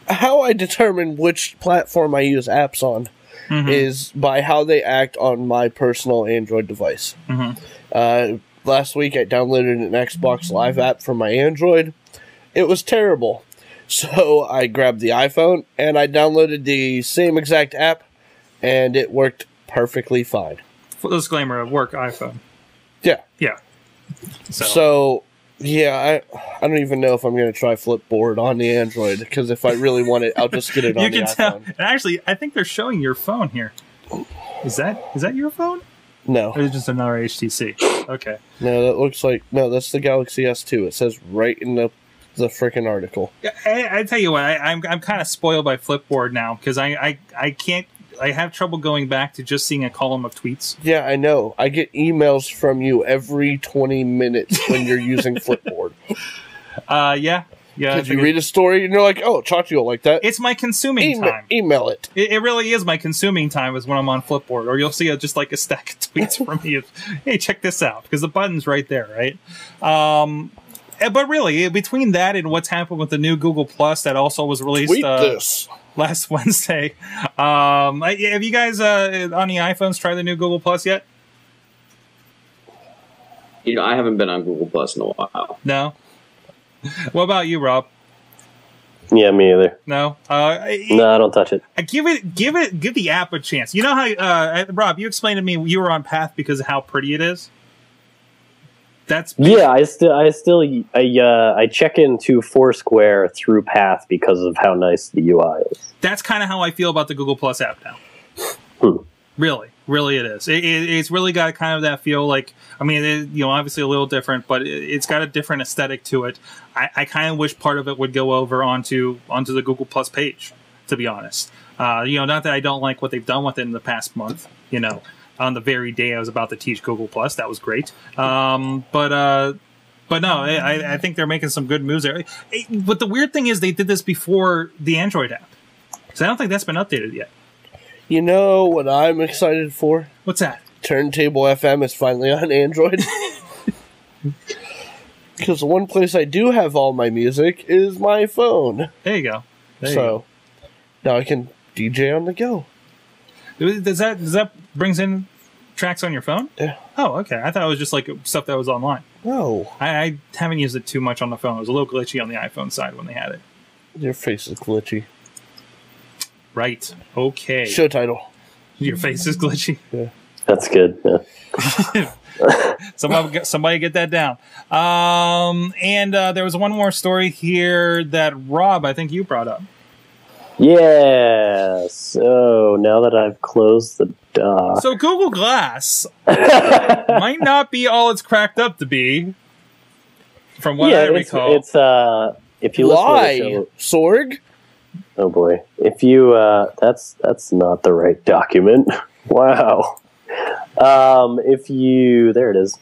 Speaker 2: how I determine which platform I use apps on is by how they act on my personal Android device.
Speaker 1: Mhm.
Speaker 2: Uh, last week, I downloaded an Xbox Live app for my Android. It was terrible, so I grabbed the iPhone and I downloaded the same exact app, and it worked perfectly fine.
Speaker 1: Full disclaimer of work iPhone.
Speaker 2: Yeah.
Speaker 1: Yeah. So,
Speaker 2: So yeah, I I don't even know if I'm gonna try Flipboard on the Android because if I really want it, I'll just get it on
Speaker 1: you
Speaker 2: the
Speaker 1: can
Speaker 2: iPhone.
Speaker 1: tell. And actually, I think they're showing your phone here. Is that is that your phone? Or
Speaker 2: No,
Speaker 1: is it just another HTC? Okay.
Speaker 2: no, that looks like no. That's the Galaxy S2. It says right in the the freaking article.
Speaker 1: Yeah, I, I tell you what, I, I'm I'm kind of spoiled by Flipboard now because I, I I can't I have trouble going back to just seeing a column of tweets.
Speaker 2: Yeah, I know. I get emails from you every 20 minutes when you're using Flipboard.
Speaker 1: Uh, yeah, yeah.
Speaker 2: Because you read a story and you're like, oh, Chachi will like that.
Speaker 1: it's my consuming
Speaker 2: Ema-
Speaker 1: time.
Speaker 2: email it.
Speaker 1: It, it really is my consuming time is when I'm on Flipboard, or you'll see a, just like a stack of tweets from me. Of, hey, check this out because the button's right there, right? Um, eh, but really, eh, between that and what's happened with the new Google Plus that also was released
Speaker 2: Tweet
Speaker 1: uh,
Speaker 2: this.
Speaker 1: last Wednesday, um, I- have you guys uh, on the iPhones tried the new Google Plus yet?
Speaker 4: You know, I haven't been on Google Plus in a while.
Speaker 1: No. What about you, Rob?
Speaker 3: Yeah, me either.
Speaker 1: No. Uh, I-
Speaker 3: No, I don't touch it.
Speaker 1: I- give it, give it, give the app a chance. You know how, uh, I- Rob, you explained to me you were on Path because of how pretty it is. That's
Speaker 3: Yeah, I still, I still, I, uh, I check into Foursquare through Path because of how nice the UI is.
Speaker 1: that's kind of how I feel about the Google Plus app now.
Speaker 3: Hmm.
Speaker 1: Really, really, it is. It, it, it's really got kind of that feel. Like, I mean, it, you know, obviously a little different, but it, it's got a different aesthetic to it. I, I kind of wish part of it would go over onto onto the Google Plus page. To be honest, uh, you know, not that I don't like what they've done with it in the past month. You know, on the very day I was about to teach Google Plus, that was great. Um, but uh, but no, I, I- I think they're making some good moves there. Eh, But the weird thing is, they did this before the Android app, so I don't think that's been updated yet.
Speaker 2: You know what I'm excited for?
Speaker 1: What's that?
Speaker 2: Turntable FM is finally on Android. Because the one place I do have all my music is my phone.
Speaker 1: There you go. There you
Speaker 2: so now I can DJ on the go.
Speaker 1: go. does that does that brings in tracks on your phone?
Speaker 2: Yeah.
Speaker 1: Oh, okay. I thought it was just like stuff that was online.
Speaker 2: No,
Speaker 1: I, I haven't used it too much on the phone. It was a little glitchy on the iPhone side when they had it.
Speaker 2: your face is glitchy.
Speaker 1: Right. Okay.
Speaker 2: Show title.
Speaker 1: Your face is glitchy.
Speaker 3: That's good. Yeah.
Speaker 1: Somebody, get- somebody get that down. Um, and uh, there was one more story here that Rob, I think you brought up.
Speaker 3: Yeah. So Oh, now that I've closed the dock,
Speaker 1: So Google Glass might not be all it's cracked up to be, from what
Speaker 3: yeah,
Speaker 1: I
Speaker 3: it's,
Speaker 1: recall.
Speaker 3: it's uh, if you
Speaker 2: Why,
Speaker 3: listen to the
Speaker 2: Sorg?
Speaker 3: show, oh boy, if you uh, that's that's not the right document. wow. Um, if you there it is.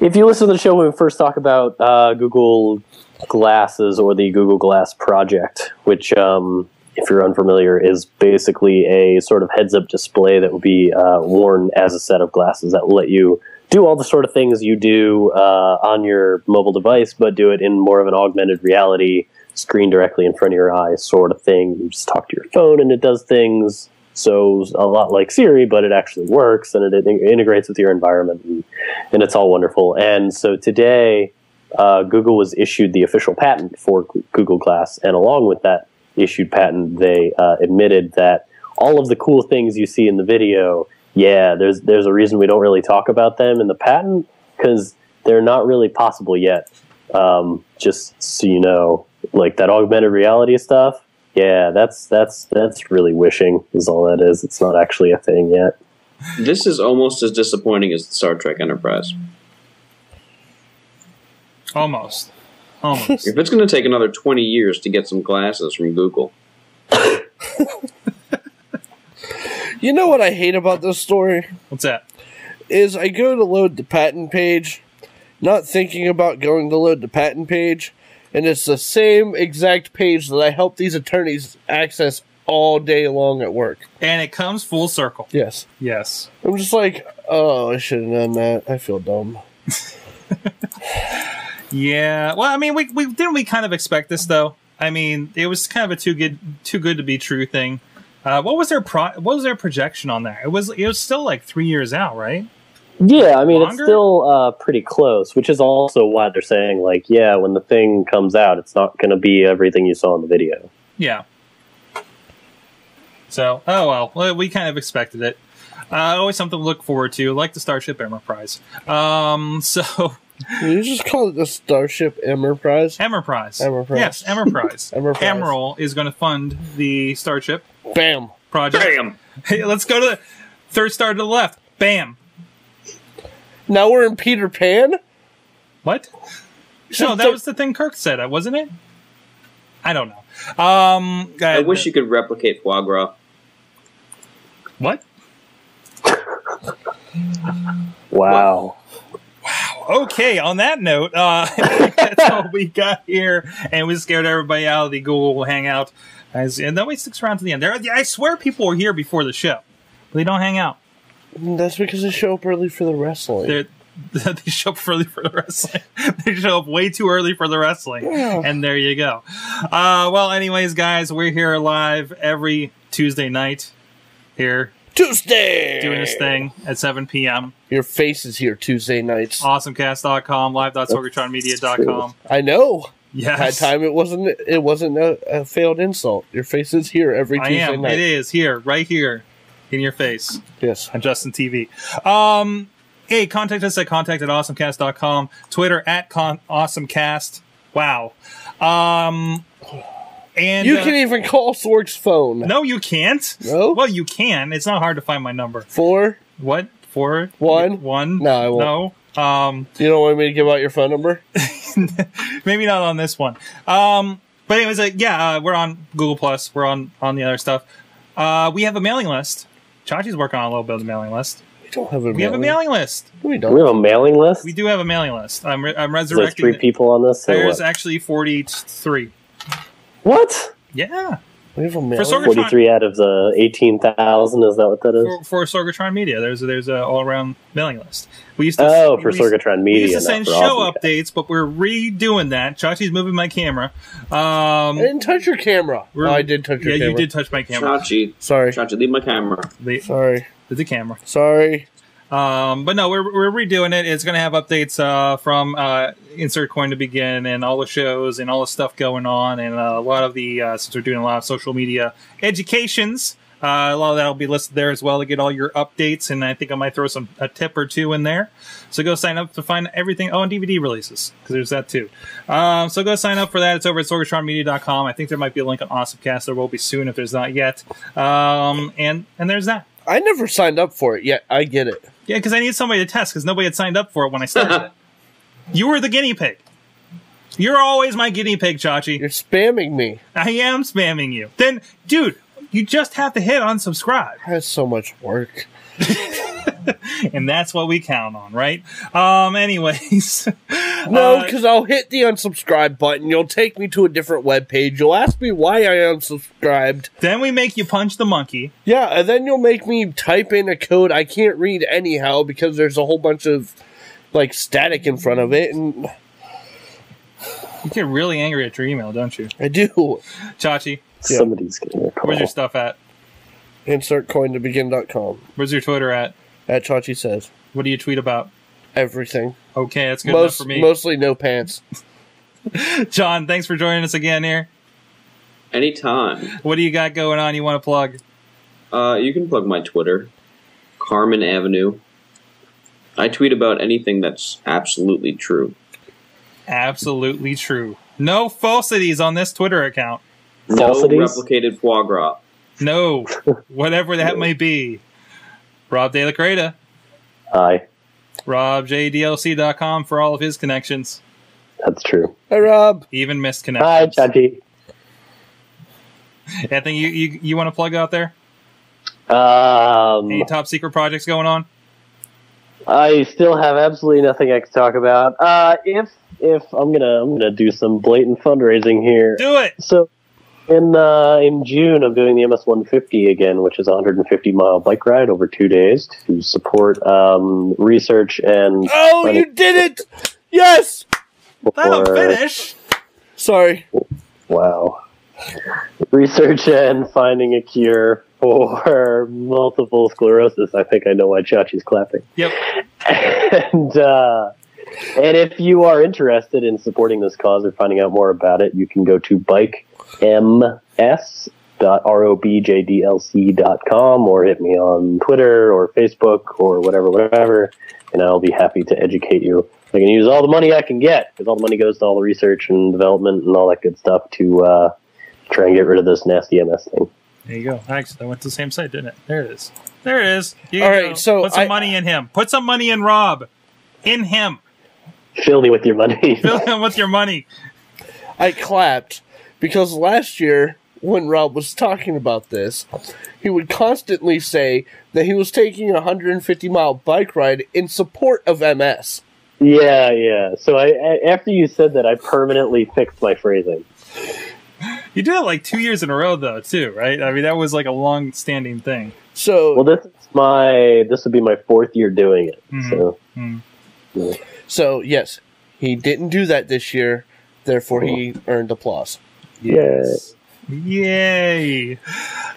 Speaker 3: If you listen to the show when we first talk about uh, Google Glasses or the Google Glass project, which um, if you're unfamiliar is basically a sort of heads-up display that would be uh, worn as a set of glasses that will let you do all the sort of things you do uh, on your mobile device, but do it in more of an augmented reality screen directly in front of your eyes sort of thing. You just talk to your phone and it does things. So a lot like Siri, but it actually works and it, it integrates with your environment, and, and it's all wonderful. And so today, uh, Google was issued the official patent for G- Google Glass, and along with that issued patent, they uh, admitted that all of the cool things you see in the video, yeah, there's there's a reason we don't really talk about them in the patent because they're not really possible yet. Um, just so you know, like that augmented reality stuff, yeah, that's that's that's really wishing is all that is. It's not actually a thing yet.
Speaker 4: This is almost as disappointing as Star Trek Enterprise.
Speaker 1: almost, almost.
Speaker 4: If it's going to take another 20 years to get some glasses from Google,
Speaker 2: You know what I hate about this story?
Speaker 1: What's that?
Speaker 2: Is I go to load the patent page, not thinking about going to load the patent page, and it's the same exact page that I help these attorneys access all day long at work.
Speaker 1: And it comes full circle.
Speaker 2: Yes.
Speaker 1: Yes.
Speaker 2: I'm just like, oh, I should have done that. I feel dumb.
Speaker 1: Yeah. Well, I mean, we, we didn't we kind of expect this though. I mean, it was kind of a too good too good to be true thing. Uh, what was their pro- what was their projection on that? It was it was still like three years out, right?
Speaker 3: Yeah, I mean it's
Speaker 1: Longer?
Speaker 3: still uh, pretty close, which is also why they're saying like, yeah, when the thing comes out, it's not going to be everything you saw in the video.
Speaker 1: Yeah. So, oh well, well, we kind of expected it. Uh, always something to look forward to, like the Starship Enterprise. Um, so
Speaker 2: You just call it the Starship Enterprise.
Speaker 1: Enterprise,
Speaker 2: Enterprise.
Speaker 1: yes, Enterprise.
Speaker 2: Enterprise.
Speaker 1: Emerald is going to fund the Starship
Speaker 2: Bam.
Speaker 1: project.
Speaker 4: Bam!
Speaker 1: Hey, let's go to the third star to the left. Bam.
Speaker 2: Now we're in Peter Pan.
Speaker 1: What? No, that was the thing Kirk said, uh, wasn't it? I don't know. Um,
Speaker 4: I wish you could replicate foie gras.
Speaker 1: What?
Speaker 3: Wow.
Speaker 1: Okay. On that note, uh, that's all we got here, and we scared everybody out of the Google Hangout. As, and nobody sticks around to the end. There, I swear, people were here before the show. but They don't hang out.
Speaker 2: That's because they show up early for the wrestling.
Speaker 1: They're, they show up early for the wrestling. they show up way too early for the wrestling.
Speaker 2: Yeah.
Speaker 1: And there you go. Uh, well, anyways, guys, we're here live every Tuesday night here
Speaker 2: Tuesday.
Speaker 1: doing this thing at 7 p.m.
Speaker 2: Your face is here Tuesday nights.
Speaker 1: Awesomecast.com, live.sorgatronmedia.com.
Speaker 2: I know. That
Speaker 1: Yes.
Speaker 2: time it wasn't. It wasn't a, a failed insult. Your face is here every
Speaker 1: I
Speaker 2: Tuesday
Speaker 1: am.
Speaker 2: night.
Speaker 1: It is here, right here in your face.
Speaker 2: Yes.
Speaker 1: on Justin TV. Um, hey, contact us at contact at awesomecast.com, Twitter at con- awesomecast. Wow. Um, and
Speaker 2: You
Speaker 1: uh,
Speaker 2: can even call Sorg's phone.
Speaker 1: no, you can't.
Speaker 2: No?
Speaker 1: Well, you can. It's not hard to find my number.
Speaker 2: Four.
Speaker 1: What? Four?
Speaker 2: One?
Speaker 1: One?
Speaker 2: No, I won't.
Speaker 1: No. Um,
Speaker 2: You don't want me to give out your phone number?
Speaker 1: maybe not on this one. Um, but anyways, uh, yeah, uh, we're on Google Plus. We're on on the other stuff. Uh, we have a mailing list. Chachi's working on a little bit of the mailing list.
Speaker 2: We don't have a.
Speaker 1: We have a mailing list.
Speaker 2: We
Speaker 3: We
Speaker 2: don't.
Speaker 3: have a mailing list.
Speaker 1: We do have a mailing list. I'm re- I'm
Speaker 3: Is there
Speaker 1: resurrecting.
Speaker 3: three people on this? or
Speaker 1: There's
Speaker 3: what?
Speaker 1: actually 43.
Speaker 3: what?
Speaker 1: Yeah.
Speaker 2: We have a mailing.
Speaker 1: Sorg- Sorgatron-
Speaker 3: Forty-three out of the eighteen thousand. Is that what that is?
Speaker 1: For, for Sorgatron Media, there's there's a all around mailing list. We used to
Speaker 3: Oh, for
Speaker 1: we used-
Speaker 3: Sorgatron
Speaker 1: We
Speaker 3: Media.
Speaker 1: used to
Speaker 3: not
Speaker 1: send
Speaker 3: for
Speaker 1: show
Speaker 3: Awesome Cast.
Speaker 1: updates, but we're redoing that. Chachi's moving my camera. Um,
Speaker 2: I didn't touch your camera.
Speaker 1: we're-
Speaker 2: Oh, I did touch your
Speaker 1: yeah,
Speaker 2: camera.
Speaker 1: you did touch my camera.
Speaker 4: Chachi,
Speaker 2: Sorry.
Speaker 4: Chachi, leave my camera.
Speaker 1: The,
Speaker 2: Sorry.
Speaker 1: the camera.
Speaker 2: Sorry.
Speaker 1: Um, but no, we're, we're redoing it. It's going to have updates uh, from uh, Insert Coin to Begin and all the shows and all the stuff going on. And uh, a lot of the, uh, since we're doing a lot of social media educations, uh, a lot of that will be listed there as well to get all your updates. And I think I might throw some a tip or two in there. So go sign up to find everything. Oh, and DVD releases, because there's that too. Um, so go sign up for that. It's over at sorgatronmedia.com. I think there might be a link on AwesomeCast. There will be soon if there's not yet. Um, and, and there's that.
Speaker 2: I never signed up for it yet. I get it.
Speaker 1: Yeah, because I need somebody to test because nobody had signed up for it when I started it. You were the guinea pig. You're always my guinea pig, Chachi.
Speaker 2: You're spamming me.
Speaker 1: I am spamming you. Then, dude, you just have to hit unsubscribe.
Speaker 2: That's so much work.
Speaker 1: And that's what we count on, right? Um, anyways.
Speaker 2: No,
Speaker 1: Uh,
Speaker 2: because I'll hit the unsubscribe button. You'll take me to a different web page. You'll ask me why I unsubscribed.
Speaker 1: then we make you punch the monkey.
Speaker 2: Yeah, and then you'll make me type in a code I can't read anyhow because there's a whole bunch of like static in front of it, and
Speaker 1: You get really angry at your email, don't you?
Speaker 2: I do
Speaker 1: Chachi,
Speaker 2: Yeah.
Speaker 3: Somebody's getting a call.
Speaker 1: where's your stuff at?
Speaker 2: insert coin to begin.com.
Speaker 1: Where's your Twitter at?
Speaker 2: At Chachi says
Speaker 1: What do you tweet about?
Speaker 2: everything.
Speaker 1: Okay, that's good enough
Speaker 2: Most
Speaker 1: for me.
Speaker 2: mostly no pants.
Speaker 1: John, thanks for joining us again here.
Speaker 4: Anytime.
Speaker 1: What do you got going on you want to plug?
Speaker 4: Uh, you can plug my Twitter, Carmen Avenue. I tweet about anything that's absolutely true.
Speaker 1: Absolutely true. No falsities on this Twitter account.
Speaker 4: No
Speaker 3: falsities?
Speaker 4: replicated foie gras.
Speaker 1: No, whatever that may be. Rob De La Creta,
Speaker 3: Aye,
Speaker 1: RobJDLC.com for all of his connections,
Speaker 3: that's true.
Speaker 2: Hey Rob,
Speaker 1: even missed
Speaker 3: Hi,
Speaker 1: connections.
Speaker 3: Chachi.
Speaker 1: Anything you, you, you want to plug out there? Any
Speaker 3: Um,
Speaker 1: top secret projects going on?
Speaker 3: I still have absolutely nothing I can talk about. Uh, if if I'm gonna I'm gonna do some blatant fundraising here.
Speaker 1: Do it!
Speaker 3: So In uh, in June, I'm doing the MS150 again, which is a 150 mile bike ride over two days to support um, research and
Speaker 2: Oh, you did it! Yes.
Speaker 1: That'll
Speaker 3: for-
Speaker 1: finish.
Speaker 2: Sorry.
Speaker 3: Wow. Research and finding a cure for multiple sclerosis. I think I know why Chachi's clapping.
Speaker 1: Yep.
Speaker 3: And uh, and if you are interested in supporting this cause or finding out more about it, you can go to bikems.robjdlc.com or hit me on Twitter or Facebook or whatever, whatever, and I'll be happy to educate you. I can use all the money I can get because all the money goes to all the research and development and all that good stuff to uh, try and get rid of this nasty MS thing.
Speaker 1: There you go. Actually, I went to the same site, didn't it? There it is. There it is. You
Speaker 2: All
Speaker 1: can
Speaker 2: right,
Speaker 1: go.
Speaker 2: so
Speaker 1: put some
Speaker 2: I-
Speaker 1: money in him. Put some money in Rob. In him.
Speaker 3: Fill me with your money.
Speaker 1: Fill him with your money.
Speaker 2: I clapped because last year when Rob was talking about this, he would constantly say that he was taking a 150 mile bike ride in support of MS.
Speaker 3: yeah, yeah. So I, a- after you said that, I permanently fixed my phrasing.
Speaker 1: You did it like two years in a row, though, too, right? I mean, that was like a long standing thing.
Speaker 2: So
Speaker 3: Well, this is my this would be my fourth year doing it.
Speaker 2: Mm-hmm.
Speaker 1: Mhm.
Speaker 3: So
Speaker 2: so yes, he didn't do that this year. Therefore, he earned applause.
Speaker 3: Yes.
Speaker 1: Yay.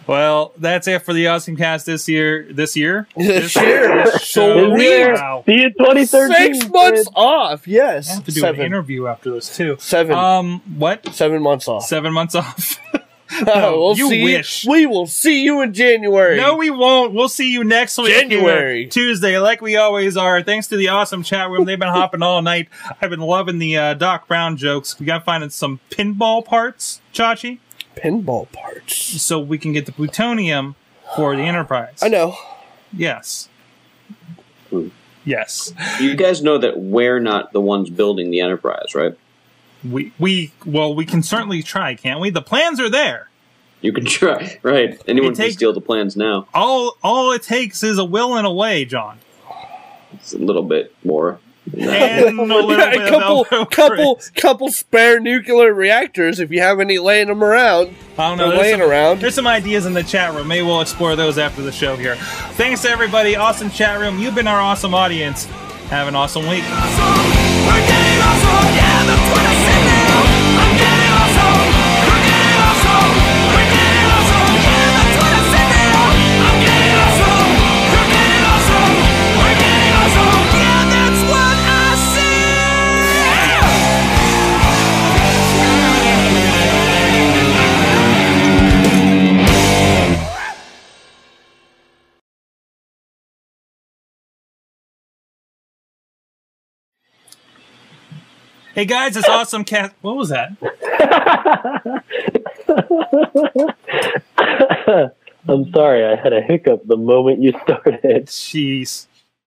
Speaker 1: Well, that's it for the Awesome Cast this year. This year?
Speaker 2: This year.
Speaker 1: show.
Speaker 2: So weird.
Speaker 1: Wow.
Speaker 3: See you in 2013.
Speaker 2: Oh, Six months
Speaker 3: kids.
Speaker 2: off.
Speaker 1: I
Speaker 2: Yes,
Speaker 1: have to do an
Speaker 2: seven.
Speaker 1: interview after this, too.
Speaker 2: Seven.
Speaker 1: Um, what?
Speaker 2: seven months off.
Speaker 1: Seven months off?
Speaker 2: we'll
Speaker 1: you
Speaker 2: see.
Speaker 1: wish.
Speaker 2: We will see you in January.
Speaker 1: No, we won't. We'll see you next week,
Speaker 2: January.
Speaker 1: here, Tuesday, like we always are. Thanks to the awesome chat room. They've been hopping all night. I've been loving the uh, Doc Brown jokes. We got to find some pinball parts, Chachi,
Speaker 2: pinball parts.
Speaker 1: so we can get the plutonium for the Enterprise.
Speaker 2: I know.
Speaker 1: Yes.
Speaker 3: Hmm.
Speaker 1: Yes.
Speaker 4: You guys know that we're not the ones building the Enterprise, right?
Speaker 1: We we well we can certainly try, can't we? The plans are there.
Speaker 4: You can try, right? Anyone
Speaker 1: It
Speaker 4: can
Speaker 1: takes-
Speaker 4: steal the plans now.
Speaker 1: All all it takes is a will and a way, John.
Speaker 4: It's a little bit more.
Speaker 1: And a little bit
Speaker 2: a
Speaker 1: of
Speaker 2: couple,
Speaker 1: elbow
Speaker 2: couple, couple spare nuclear reactors if you have any laying them around.
Speaker 1: I don't know. There's
Speaker 2: They're laying
Speaker 1: some,
Speaker 2: around.
Speaker 1: There's some ideas in the chat room. Maybe we'll explore those after the show here. Thanks to everybody. Awesome chat room. You've been our awesome audience. Have an awesome week.
Speaker 5: We're getting awesome, yeah, that's what I said now. I'm getting awesome, we're getting awesome, we're getting awesome, yeah, that's what I said now. I'm getting awesome, we're getting awesome, we're getting awesome, yeah, that's what I said.
Speaker 1: Hey guys, it's awesome cat. What was that?
Speaker 3: I'm sorry, I had a hiccup the moment you started.
Speaker 1: Jeez.